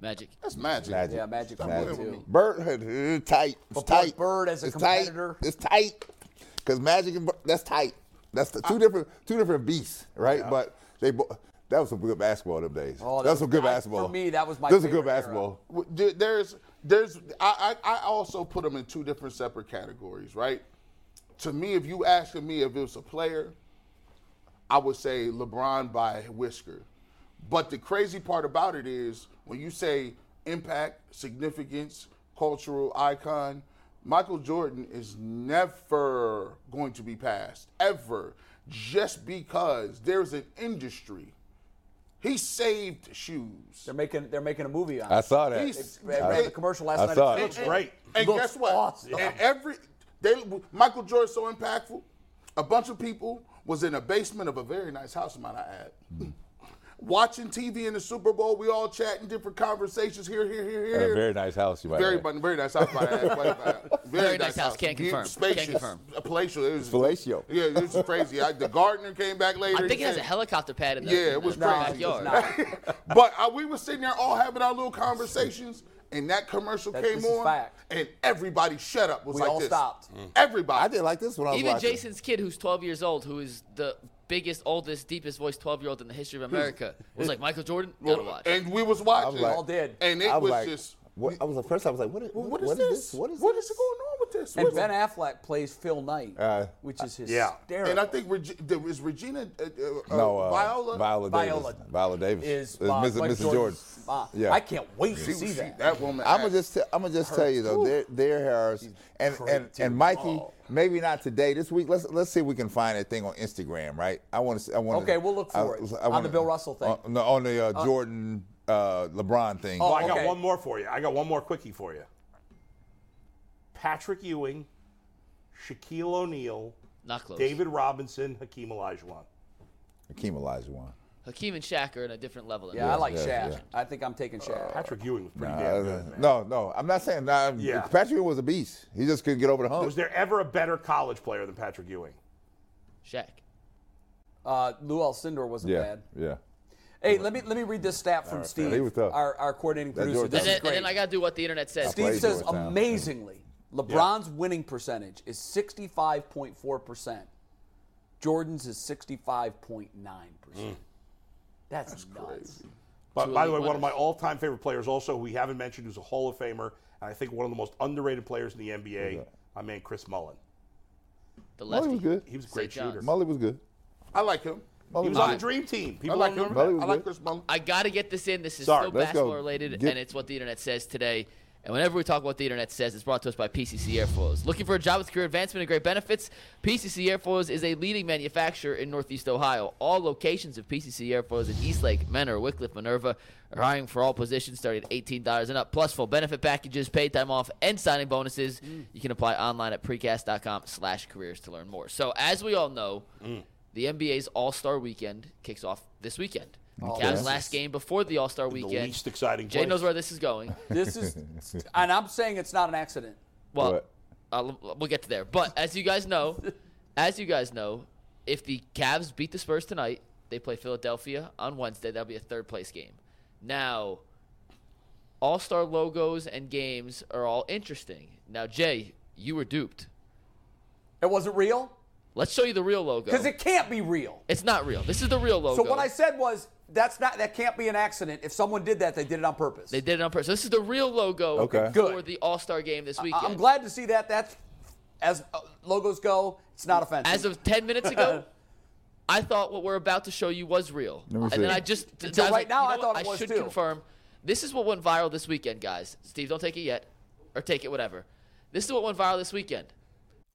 [SPEAKER 1] Magic.
[SPEAKER 2] That's magic.
[SPEAKER 5] Magic.
[SPEAKER 4] Yeah, Magic
[SPEAKER 5] Stop
[SPEAKER 4] Magic,
[SPEAKER 5] playing with
[SPEAKER 4] too.
[SPEAKER 5] me. Bird, it's tight. It's
[SPEAKER 4] But
[SPEAKER 5] tight.
[SPEAKER 4] Bird as a
[SPEAKER 5] It's tight.
[SPEAKER 4] competitor.
[SPEAKER 5] It's tight. Because Magic and Bird, that's tight. That's the two different two different beasts, right? But they bo- that was some good basketball them days.
[SPEAKER 4] Oh, that
[SPEAKER 5] that was some
[SPEAKER 4] was-
[SPEAKER 5] good
[SPEAKER 4] I-
[SPEAKER 5] basketball.
[SPEAKER 4] for me, that was my
[SPEAKER 5] That was a good
[SPEAKER 4] favorite era.
[SPEAKER 5] basketball.
[SPEAKER 2] W- there- There's, there's. I, I, I also put them in two different separate categories, right? To me, if you asking me if it was a player, I would say LeBron by whisker. But the crazy part about it is when you say impact, significance, cultural icon, Michael Jordan is never going to be passed, ever, just because there's an industry. He saved shoes.
[SPEAKER 4] They're making they're making a movie on
[SPEAKER 5] I
[SPEAKER 4] it.
[SPEAKER 5] saw that.
[SPEAKER 2] He's-
[SPEAKER 4] They ran the commercial last
[SPEAKER 5] I
[SPEAKER 4] night.
[SPEAKER 5] saw
[SPEAKER 4] at
[SPEAKER 5] it.
[SPEAKER 4] Clemson.
[SPEAKER 3] It's great.
[SPEAKER 2] And
[SPEAKER 5] Looks
[SPEAKER 2] guess what?
[SPEAKER 5] awesome.
[SPEAKER 2] And every they Michael Jordan's so impactful. A bunch of people was in a basement of a very nice house, might I add. Watching TV in the Super Bowl, we all chatting different conversations here, here, here, here.
[SPEAKER 5] And a very nice house, you might
[SPEAKER 2] Very,
[SPEAKER 5] add.
[SPEAKER 2] bu- very nice house. might I add. Might I add. Very,
[SPEAKER 1] Very nice house, can't
[SPEAKER 2] Beautiful,
[SPEAKER 1] confirm. Can't
[SPEAKER 2] Spacious,
[SPEAKER 1] confirm.
[SPEAKER 2] uh, palatial. It was
[SPEAKER 5] Palatial.
[SPEAKER 2] Yeah, it was crazy. I, the gardener came back later.
[SPEAKER 1] I think
[SPEAKER 2] He
[SPEAKER 1] it has a
[SPEAKER 2] said-
[SPEAKER 1] helicopter pad in the,
[SPEAKER 2] Yeah,
[SPEAKER 1] in
[SPEAKER 2] it was
[SPEAKER 1] the
[SPEAKER 2] crazy.
[SPEAKER 1] backyard.
[SPEAKER 2] but uh, we were sitting there all having our little conversations, and that commercial
[SPEAKER 4] That-
[SPEAKER 2] came
[SPEAKER 4] this is
[SPEAKER 2] on,
[SPEAKER 4] fact.
[SPEAKER 2] and everybody shut up. Was
[SPEAKER 4] We
[SPEAKER 2] like
[SPEAKER 4] all
[SPEAKER 2] this.
[SPEAKER 4] stopped.
[SPEAKER 2] Everybody.
[SPEAKER 5] I did like this when I was
[SPEAKER 1] Even
[SPEAKER 5] watching.
[SPEAKER 1] Jason's kid, who's 12 years old, who is the biggest, oldest, deepest voiced 12 year old in the history of America, was like Michael Jordan. Gotta watch.
[SPEAKER 2] And we was
[SPEAKER 5] I
[SPEAKER 2] watching.
[SPEAKER 5] was like,
[SPEAKER 4] all did.
[SPEAKER 2] And it
[SPEAKER 5] I was,
[SPEAKER 2] was
[SPEAKER 5] like,
[SPEAKER 2] just.
[SPEAKER 5] what, I was at first. I was like, what, i-
[SPEAKER 2] What is,
[SPEAKER 5] what
[SPEAKER 2] this?
[SPEAKER 5] What is
[SPEAKER 2] what
[SPEAKER 5] this?
[SPEAKER 2] is going on with with this.
[SPEAKER 4] And
[SPEAKER 2] What's-
[SPEAKER 4] Ben Affleck plays Phil Knight,
[SPEAKER 5] Uh,
[SPEAKER 4] which is
[SPEAKER 3] yeah.
[SPEAKER 4] hysterical.
[SPEAKER 2] and I think Reg- there was Regina uh, uh,
[SPEAKER 5] no,
[SPEAKER 2] uh,
[SPEAKER 5] uh,
[SPEAKER 2] Viola.
[SPEAKER 5] Viola Davis.
[SPEAKER 4] Oh, Viola
[SPEAKER 5] Viola Davis
[SPEAKER 4] is
[SPEAKER 5] It's
[SPEAKER 4] Ma-
[SPEAKER 5] Mrs.
[SPEAKER 4] Michael
[SPEAKER 5] Mrs. Jordan.
[SPEAKER 4] Jordan's ma.
[SPEAKER 5] Yeah.
[SPEAKER 4] I can't wait to
[SPEAKER 2] She-
[SPEAKER 4] see
[SPEAKER 2] she-
[SPEAKER 4] that.
[SPEAKER 2] woman.
[SPEAKER 5] I'm gonna
[SPEAKER 2] acts-
[SPEAKER 5] just I'm gonna just tell you though, their their hairs and
[SPEAKER 4] great,
[SPEAKER 5] and,
[SPEAKER 4] too.
[SPEAKER 5] and Mikey
[SPEAKER 4] Oh.
[SPEAKER 5] maybe not today this week. Let's let's see if we can find that thing on Instagram, right? I want to I want
[SPEAKER 4] Okay, we'll look for it. On the Bill Russell thing.
[SPEAKER 5] on, no, on the uh, Jordan uh, LeBron thing.
[SPEAKER 3] Well, I got
[SPEAKER 4] Oh, okay.
[SPEAKER 3] one more for you. I got one more quickie for you. Patrick Ewing, Shaquille O'Neal,
[SPEAKER 1] Not close.
[SPEAKER 3] David Robinson, Hakeem Olajuwon.
[SPEAKER 5] Hakeem Olajuwon.
[SPEAKER 1] Hakeem and Shaq are at a different level.
[SPEAKER 4] yeah, I like
[SPEAKER 5] yeah, Uh,
[SPEAKER 4] Shaq.
[SPEAKER 5] yeah.
[SPEAKER 4] I think I'm taking Shaq.
[SPEAKER 3] Patrick Ewing was pretty damn
[SPEAKER 5] Uh,
[SPEAKER 3] good. Man.
[SPEAKER 5] no, no, I'm not saying. Nah,
[SPEAKER 3] Yeah.
[SPEAKER 5] Patrick was a beast. He just couldn't get over the hump.
[SPEAKER 3] Was there ever a better college player than Patrick Ewing?
[SPEAKER 1] Shaq.
[SPEAKER 4] Uh, Lou Alcindor wasn't
[SPEAKER 5] yeah,
[SPEAKER 4] bad.
[SPEAKER 5] yeah.
[SPEAKER 4] Hey, let me let me read this stat from Steve,
[SPEAKER 5] He was tough.
[SPEAKER 4] our our coordinating
[SPEAKER 5] That
[SPEAKER 4] producer.
[SPEAKER 5] Jordan-
[SPEAKER 4] This
[SPEAKER 1] And
[SPEAKER 4] is
[SPEAKER 1] then,
[SPEAKER 4] great.
[SPEAKER 1] and then I gotta do what the internet says.
[SPEAKER 5] Steve-
[SPEAKER 4] Steve
[SPEAKER 5] Played
[SPEAKER 4] says
[SPEAKER 5] Georgetown.
[SPEAKER 4] amazingly, LeBron's winning percentage is 65.4%. Jordan's is 65.9%.
[SPEAKER 5] Mm.
[SPEAKER 4] That's, nuts.
[SPEAKER 3] But
[SPEAKER 1] Two
[SPEAKER 3] by the way,
[SPEAKER 1] elite
[SPEAKER 3] one of my
[SPEAKER 1] winners.
[SPEAKER 3] all-time favorite players, also who we haven't mentioned, who's a Hall of Famer, and I think one of the most underrated players in the NBA, my man Chris Mullen.
[SPEAKER 1] The
[SPEAKER 5] Mully
[SPEAKER 1] lefty.
[SPEAKER 5] was good.
[SPEAKER 3] He was a great
[SPEAKER 1] St. John's.
[SPEAKER 3] shooter.
[SPEAKER 5] Mully was good.
[SPEAKER 2] I like him.
[SPEAKER 5] Mully
[SPEAKER 3] He was
[SPEAKER 5] was
[SPEAKER 3] on the
[SPEAKER 5] good.
[SPEAKER 3] Dream Team.
[SPEAKER 2] I
[SPEAKER 3] People
[SPEAKER 2] like
[SPEAKER 3] don't
[SPEAKER 2] him.
[SPEAKER 3] remember
[SPEAKER 5] Mully
[SPEAKER 3] that.
[SPEAKER 2] I
[SPEAKER 5] was
[SPEAKER 2] like
[SPEAKER 5] good.
[SPEAKER 2] Chris Mullin.
[SPEAKER 1] I got to get this in. This is
[SPEAKER 3] Sorry,
[SPEAKER 1] still
[SPEAKER 5] let's go.
[SPEAKER 1] basketball related,
[SPEAKER 5] Get-
[SPEAKER 1] and it's what the internet says today. And whenever we talk about the internet says, it's brought to us by PCC Airfoils. Looking for a job with career advancement and great benefits? PCC Airfoils is a leading manufacturer in Northeast Ohio. All locations of PCC Airfoils in Eastlake, Menor, Wickliffe, Minerva are hiring for all positions starting at $18 and up, plus full benefit packages, paid time off, and signing bonuses.
[SPEAKER 3] Mm.
[SPEAKER 1] You can apply online at precast.com slash careers to learn more. So as we all know,
[SPEAKER 3] Mm.
[SPEAKER 1] the NBA's All-Star Weekend kicks off this weekend. The Cavs' last game before the All-Star
[SPEAKER 3] The
[SPEAKER 1] Weekend.
[SPEAKER 3] least exciting
[SPEAKER 1] Jay
[SPEAKER 3] player.
[SPEAKER 1] knows where this is going.
[SPEAKER 4] This is, and I'm saying it's not an accident.
[SPEAKER 1] Well,
[SPEAKER 5] But-
[SPEAKER 1] uh, we'll get to there. But as you guys know, as you guys know, if the Cavs beat the Spurs tonight, they play Philadelphia on Wednesday. That'll be a third place game. Now, All Star logos and games are all interesting. Now, Jay, you were duped.
[SPEAKER 4] It wasn't real
[SPEAKER 1] Let's show you the real logo.
[SPEAKER 4] because it can't be real.
[SPEAKER 1] it's not real. This is the real
[SPEAKER 5] Oh,
[SPEAKER 1] logo.
[SPEAKER 4] So what I said was that's not that can't be an accident. If someone did that, they did it on purpose.
[SPEAKER 1] they did it on purpose. This is the real logo
[SPEAKER 5] Okay.
[SPEAKER 1] for
[SPEAKER 4] Good.
[SPEAKER 1] the All Star game this weekend.
[SPEAKER 4] I'm glad to see that. That's as uh, logos go, it's not offensive.
[SPEAKER 1] as of 10 minutes ago, I thought what we're about to show you was real.
[SPEAKER 5] me
[SPEAKER 1] And
[SPEAKER 5] see.
[SPEAKER 1] then I just.
[SPEAKER 4] Until
[SPEAKER 1] I was
[SPEAKER 4] right
[SPEAKER 1] like, you
[SPEAKER 4] now,
[SPEAKER 1] know
[SPEAKER 4] I
[SPEAKER 1] what?
[SPEAKER 4] thought it was
[SPEAKER 1] I should
[SPEAKER 4] too.
[SPEAKER 1] confirm. This is what went viral this weekend, guys. Steve, don't take it yet. Or take it, whatever. This is what went viral this weekend.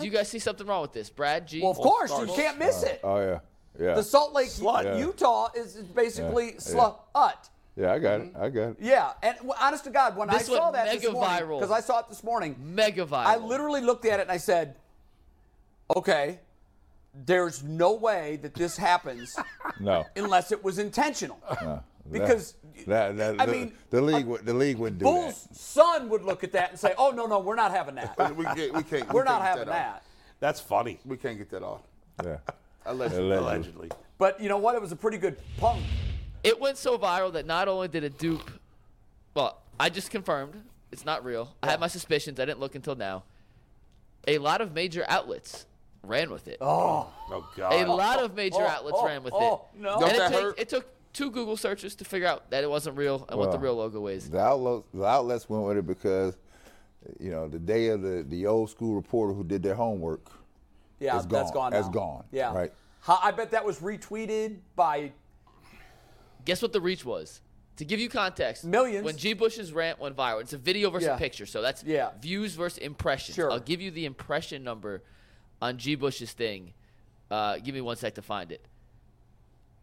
[SPEAKER 1] Do you guys see something wrong with this? Brad G.
[SPEAKER 4] well, of course you can't miss it.
[SPEAKER 5] Oh yeah, yeah,
[SPEAKER 4] The Salt Lake,
[SPEAKER 5] Yeah.
[SPEAKER 4] Utah is is basically
[SPEAKER 5] Yeah.
[SPEAKER 4] slut.
[SPEAKER 5] yeah. I got it. I got it.
[SPEAKER 4] Yeah, and w- honest to God, when
[SPEAKER 1] This
[SPEAKER 4] I saw
[SPEAKER 1] went
[SPEAKER 4] that this
[SPEAKER 1] mega
[SPEAKER 4] morning,
[SPEAKER 1] viral.
[SPEAKER 4] because I saw it this morning,
[SPEAKER 1] Mega viral.
[SPEAKER 4] I literally looked at it and I said, "Okay, there's no way that this happens
[SPEAKER 5] No.
[SPEAKER 4] unless it was intentional." Because
[SPEAKER 5] That- that-
[SPEAKER 4] I
[SPEAKER 5] the,
[SPEAKER 4] mean,
[SPEAKER 5] the league
[SPEAKER 4] a
[SPEAKER 5] would the league wouldn't do
[SPEAKER 4] Bull's son would look at that and say, "Oh no, no, we're not having that.
[SPEAKER 2] We can't. We can't
[SPEAKER 4] We're
[SPEAKER 2] we
[SPEAKER 4] not
[SPEAKER 2] can't get
[SPEAKER 4] having
[SPEAKER 2] off.
[SPEAKER 4] that."
[SPEAKER 3] That's funny.
[SPEAKER 2] We can't get that off.
[SPEAKER 5] that. Yeah.
[SPEAKER 2] Allegedly.
[SPEAKER 3] Allegedly.
[SPEAKER 4] But you know what? It was a pretty good punk.
[SPEAKER 1] It went so viral that not only did it dupe. Well, I just confirmed it's not real. I had my suspicions. I didn't look until now. A lot of major outlets ran with it.
[SPEAKER 3] Oh
[SPEAKER 1] A
[SPEAKER 3] God.
[SPEAKER 1] lot of major
[SPEAKER 4] oh,
[SPEAKER 1] outlets
[SPEAKER 4] oh,
[SPEAKER 1] ran with
[SPEAKER 4] oh,
[SPEAKER 1] it.
[SPEAKER 4] no.
[SPEAKER 1] And
[SPEAKER 2] Don't
[SPEAKER 1] it,
[SPEAKER 2] that
[SPEAKER 1] took,
[SPEAKER 2] hurt?
[SPEAKER 1] it took two Google searches to figure out that it wasn't real and what the
[SPEAKER 5] Well,
[SPEAKER 1] real logo is.
[SPEAKER 5] The outlets, the outlets went with it because, you know, the day of the, the old school reporter who did their homework.
[SPEAKER 4] Yeah,
[SPEAKER 5] It's
[SPEAKER 4] that's gone.
[SPEAKER 5] gone. That's
[SPEAKER 4] now.
[SPEAKER 5] gone,
[SPEAKER 4] Yeah.
[SPEAKER 5] right.
[SPEAKER 4] How, I bet that was retweeted by
[SPEAKER 1] Guess what the reach was? To give you context,
[SPEAKER 4] Millions.
[SPEAKER 1] When G. Bush's rant went viral, it's a video versus
[SPEAKER 4] Yeah.
[SPEAKER 1] picture, so that's
[SPEAKER 4] Yeah.
[SPEAKER 1] views versus impressions.
[SPEAKER 4] Sure.
[SPEAKER 1] I'll give you the impression number on G. Bush's thing. Uh, give me one sec to find it,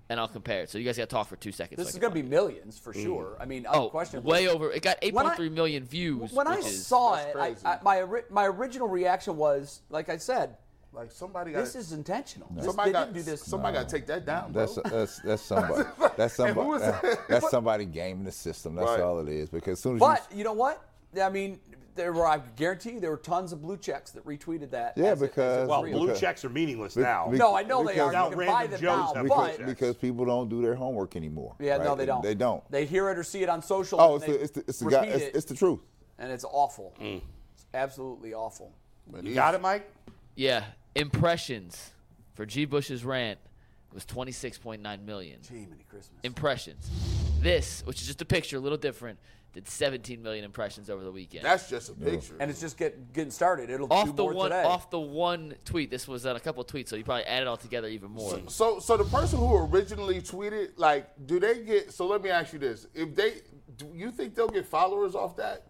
[SPEAKER 1] and I'll compare it. So you guys got to talk for two seconds.
[SPEAKER 4] this
[SPEAKER 1] so I
[SPEAKER 4] is
[SPEAKER 1] can
[SPEAKER 4] going
[SPEAKER 1] find
[SPEAKER 4] to be millions for
[SPEAKER 5] Mm.
[SPEAKER 4] sure. I mean,
[SPEAKER 1] Oh,
[SPEAKER 4] unquestionably.
[SPEAKER 1] way over. It got eight
[SPEAKER 4] When I-
[SPEAKER 1] point three million views.
[SPEAKER 4] When I
[SPEAKER 1] which is-
[SPEAKER 4] saw
[SPEAKER 2] that's
[SPEAKER 4] it, I,
[SPEAKER 2] crazy.
[SPEAKER 4] I, my ori- my original reaction was, like I said,
[SPEAKER 2] Like somebody.
[SPEAKER 4] this
[SPEAKER 2] gotta-
[SPEAKER 4] is intentional. This,
[SPEAKER 2] Somebody
[SPEAKER 4] they
[SPEAKER 2] got
[SPEAKER 4] didn't do this.
[SPEAKER 2] Somebody got to take that down.
[SPEAKER 5] That's
[SPEAKER 2] bro.
[SPEAKER 5] that's that's somebody. That's
[SPEAKER 2] who
[SPEAKER 5] somebody.
[SPEAKER 2] is that?
[SPEAKER 5] that's somebody gaming the system. That's
[SPEAKER 2] Right.
[SPEAKER 5] all it is. Because as soon as
[SPEAKER 4] but
[SPEAKER 5] you,
[SPEAKER 4] you know what? I mean, there were, I guarantee you, there were tons of blue checks that retweeted that.
[SPEAKER 5] Yeah,
[SPEAKER 4] as it- as
[SPEAKER 5] because-
[SPEAKER 4] it
[SPEAKER 3] Well,
[SPEAKER 4] real.
[SPEAKER 3] blue
[SPEAKER 5] Okay.
[SPEAKER 3] checks are meaningless
[SPEAKER 5] Be-
[SPEAKER 3] now.
[SPEAKER 5] be-
[SPEAKER 4] No, I know they
[SPEAKER 5] Because-
[SPEAKER 4] are. You
[SPEAKER 3] Now
[SPEAKER 4] can buy
[SPEAKER 3] random
[SPEAKER 4] them
[SPEAKER 3] Joes
[SPEAKER 4] now,
[SPEAKER 3] have blue
[SPEAKER 5] because,
[SPEAKER 4] but
[SPEAKER 3] checks.
[SPEAKER 5] because people don't do their homework anymore.
[SPEAKER 4] yeah, no,
[SPEAKER 5] right?
[SPEAKER 4] they don't.
[SPEAKER 5] They don't.
[SPEAKER 4] They hear it or see it on social. and
[SPEAKER 5] oh, it's
[SPEAKER 4] they
[SPEAKER 5] the, it's the, it's the,
[SPEAKER 4] repeat
[SPEAKER 5] guy, it's,
[SPEAKER 4] it,
[SPEAKER 5] it's the truth.
[SPEAKER 4] and it's awful. It's absolutely awful.
[SPEAKER 3] You got it, Mike?
[SPEAKER 1] Yeah, impressions for G. Bush's rant was 26.9 million
[SPEAKER 4] Gee, many Christmas.
[SPEAKER 1] impressions. This, which is just a picture, a little different, did 17 million impressions over the weekend.
[SPEAKER 2] That's just a picture.
[SPEAKER 4] and it's just get, getting started. It'll do
[SPEAKER 1] off the
[SPEAKER 4] more
[SPEAKER 1] one,
[SPEAKER 4] today.
[SPEAKER 1] off the one tweet. This was on a couple tweets, so you probably added all together even more.
[SPEAKER 2] So, so the person who originally tweeted, like, do they get? So let me ask you this: If they, do you think they'll get followers off that?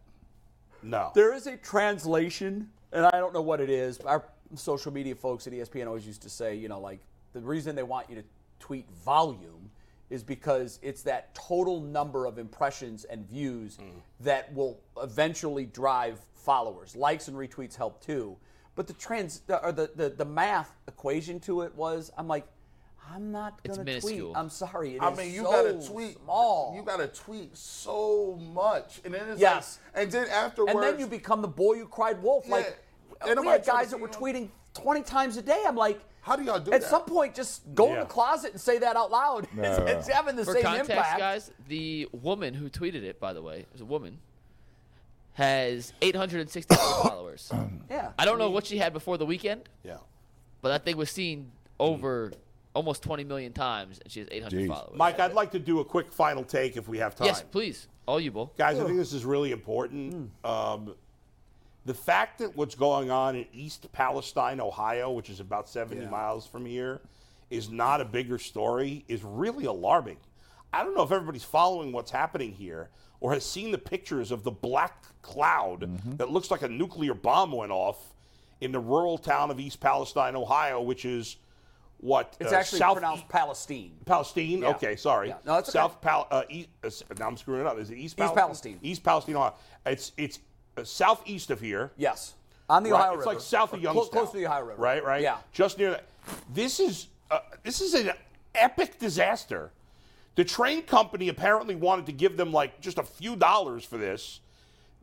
[SPEAKER 3] No.
[SPEAKER 4] There is a translation, and I don't know what it is. Our social media folks at E ESPN always used to say, you know, like the reason they want you to tweet volume is because it's that total number of impressions and views
[SPEAKER 1] Hmm.
[SPEAKER 4] that will eventually drive followers. Likes and retweets help too. But the trans the- or the, the, the math equation to it was I'm like, I'm not
[SPEAKER 1] It's
[SPEAKER 4] gonna tweet.
[SPEAKER 1] minuscule.
[SPEAKER 4] I'm sorry. It
[SPEAKER 2] I
[SPEAKER 4] is
[SPEAKER 2] mean, you
[SPEAKER 4] so
[SPEAKER 2] gotta tweet.
[SPEAKER 4] small.
[SPEAKER 2] You gotta tweet so much, and then it's
[SPEAKER 4] Yes.
[SPEAKER 2] like, and then afterwards,
[SPEAKER 4] and then you become the boy who cried wolf.
[SPEAKER 2] Yeah.
[SPEAKER 4] Like
[SPEAKER 2] Ain't
[SPEAKER 4] we
[SPEAKER 2] nobody
[SPEAKER 4] had
[SPEAKER 2] trying
[SPEAKER 4] guys
[SPEAKER 2] to
[SPEAKER 4] that were
[SPEAKER 2] see you
[SPEAKER 4] tweeting 20 times a day. I'm like,
[SPEAKER 2] How do y'all do
[SPEAKER 4] At
[SPEAKER 2] that?
[SPEAKER 4] some point, just go in
[SPEAKER 3] Yeah.
[SPEAKER 4] the closet and say that out loud. it's, it's having the
[SPEAKER 1] For
[SPEAKER 4] same
[SPEAKER 1] context,
[SPEAKER 4] impact.
[SPEAKER 1] guys, the woman who tweeted it, by the way, it was a woman, has 864 followers.
[SPEAKER 4] Yeah,
[SPEAKER 1] I don't know what she had before the weekend,
[SPEAKER 3] Yeah.
[SPEAKER 1] but that thing was seen over almost 20 million times, and she has 800 followers.
[SPEAKER 3] Mike, I'd like to do a quick final take if we have time.
[SPEAKER 1] yes, please, all you bull.
[SPEAKER 3] Guys, I think this is really important.
[SPEAKER 4] Hmm.
[SPEAKER 3] Um, the fact that what's going on in East Palestine, Ohio, which is about 70 miles from here, is not a bigger story is really alarming. I don't know if everybody's following what's happening here or has seen the pictures of the black cloud
[SPEAKER 4] Mm-hmm.
[SPEAKER 3] that looks like a nuclear bomb went off in the rural town of East Palestine, Ohio, which is what
[SPEAKER 4] it's
[SPEAKER 3] uh,
[SPEAKER 4] actually
[SPEAKER 3] south-
[SPEAKER 4] pronounced Palestine.
[SPEAKER 3] Palestine. Okay, sorry.
[SPEAKER 4] Yeah. No, that's okay.
[SPEAKER 3] South Pal. Uh, east, uh, s- now I'm screwing it up. Is it East Palestine?
[SPEAKER 4] Palestine.
[SPEAKER 3] East Palestine. Ohio. It's it's uh, southeast of here.
[SPEAKER 4] Yes, on the
[SPEAKER 3] Right,
[SPEAKER 4] Ohio
[SPEAKER 3] it's
[SPEAKER 4] River.
[SPEAKER 3] like south of
[SPEAKER 4] Clo-
[SPEAKER 3] Youngstown.
[SPEAKER 4] close to the Ohio River.
[SPEAKER 3] Right, right.
[SPEAKER 4] Yeah.
[SPEAKER 3] Just near that. This is uh, this is an epic disaster. The train company apparently wanted to give them like just a few dollars for this.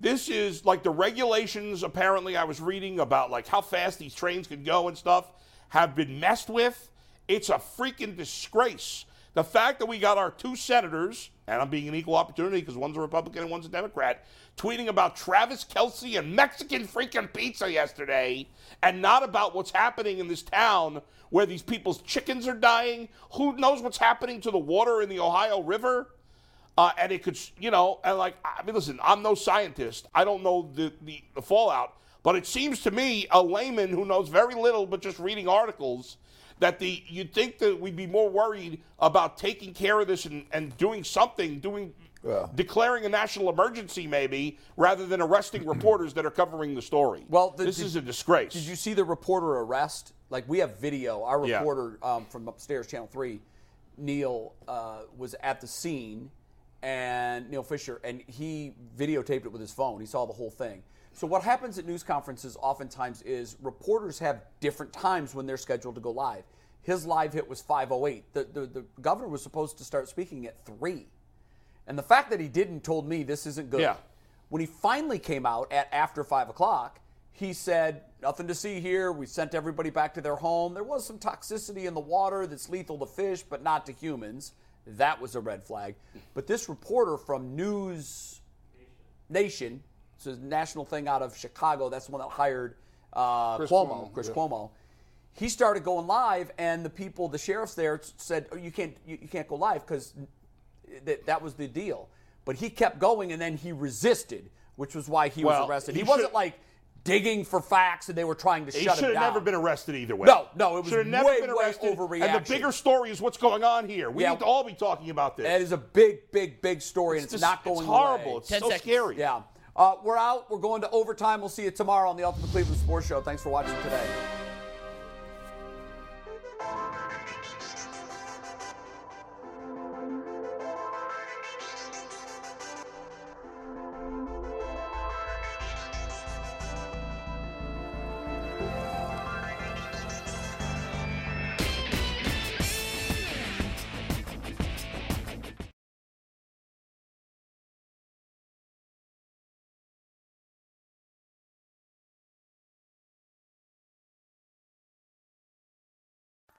[SPEAKER 3] This is like the regulations apparently I was reading about like how fast these trains could go and stuff have been messed with. It's a freaking disgrace. The fact that we got our two senators, and I'm being an equal opportunity because one's a Republican and one's a Democrat, tweeting about Travis Kelsey and Mexican freaking pizza yesterday, and not about what's happening in this town where these people's chickens are dying. Who knows what's happening to the water in the Ohio River? Uh, and it could, s- you know, and like, I mean, listen, I'm no scientist. I don't know the, the, the fallout, but it seems to me, a layman who knows very little but just reading articles, that the you'd think that we'd be more worried about taking care of this and, and doing something, doing declaring a national emergency maybe, rather than arresting reporters that are covering the story.
[SPEAKER 4] Well, the-
[SPEAKER 3] this
[SPEAKER 4] did-
[SPEAKER 3] is a disgrace.
[SPEAKER 4] Did you see the reporter arrest? Like we have video. Our
[SPEAKER 3] Yeah.
[SPEAKER 4] reporter um, from upstairs, Channel Three, Neil uh, was at the scene, and Neil Fisher, and he videotaped it with his phone. He saw the whole thing. So what happens at news conferences oftentimes is reporters have different times when they're scheduled to go live. His live hit was 5:08. The, the the governor was supposed to start speaking at three, and the fact that he didn't told me this isn't good.
[SPEAKER 3] Yeah.
[SPEAKER 4] When he finally came out at after five o'clock, he said, Nothing to see here. We sent everybody back to their home. There was some toxicity in the water that's lethal to fish, but not to humans. That was a red flag. But this reporter from News Nation, it's a national thing out of Chicago, that's the one that hired uh, Cuomo, Chris Cuomo. He started going live, and the people, the sheriffs there, said, oh, "You can't, you, you can't go live because that that was the deal. But he kept going, and then he resisted, which was why he
[SPEAKER 3] Well,
[SPEAKER 4] was arrested. He,
[SPEAKER 3] he
[SPEAKER 4] wasn't
[SPEAKER 3] should-
[SPEAKER 4] like digging for facts, and they were trying to
[SPEAKER 3] He
[SPEAKER 4] shut
[SPEAKER 3] should
[SPEAKER 4] him
[SPEAKER 3] have
[SPEAKER 4] down.
[SPEAKER 3] never been arrested either way.
[SPEAKER 4] No, no, it was
[SPEAKER 3] Should have never
[SPEAKER 4] way,
[SPEAKER 3] been
[SPEAKER 4] way
[SPEAKER 3] arrested. And
[SPEAKER 4] overreaction.
[SPEAKER 3] the bigger story is what's going on here. We
[SPEAKER 4] Yeah.
[SPEAKER 3] need to all be talking about this.
[SPEAKER 4] That is a big, big, big story, and it's
[SPEAKER 3] just-
[SPEAKER 4] not going
[SPEAKER 3] It's horrible.
[SPEAKER 4] away.
[SPEAKER 3] It's
[SPEAKER 1] 10
[SPEAKER 3] so
[SPEAKER 1] seconds.
[SPEAKER 3] scary.
[SPEAKER 4] Yeah. Uh, we're out. We're going to overtime. We'll see you tomorrow on the Ultimate Cleveland Sports Show. Thanks for watching today.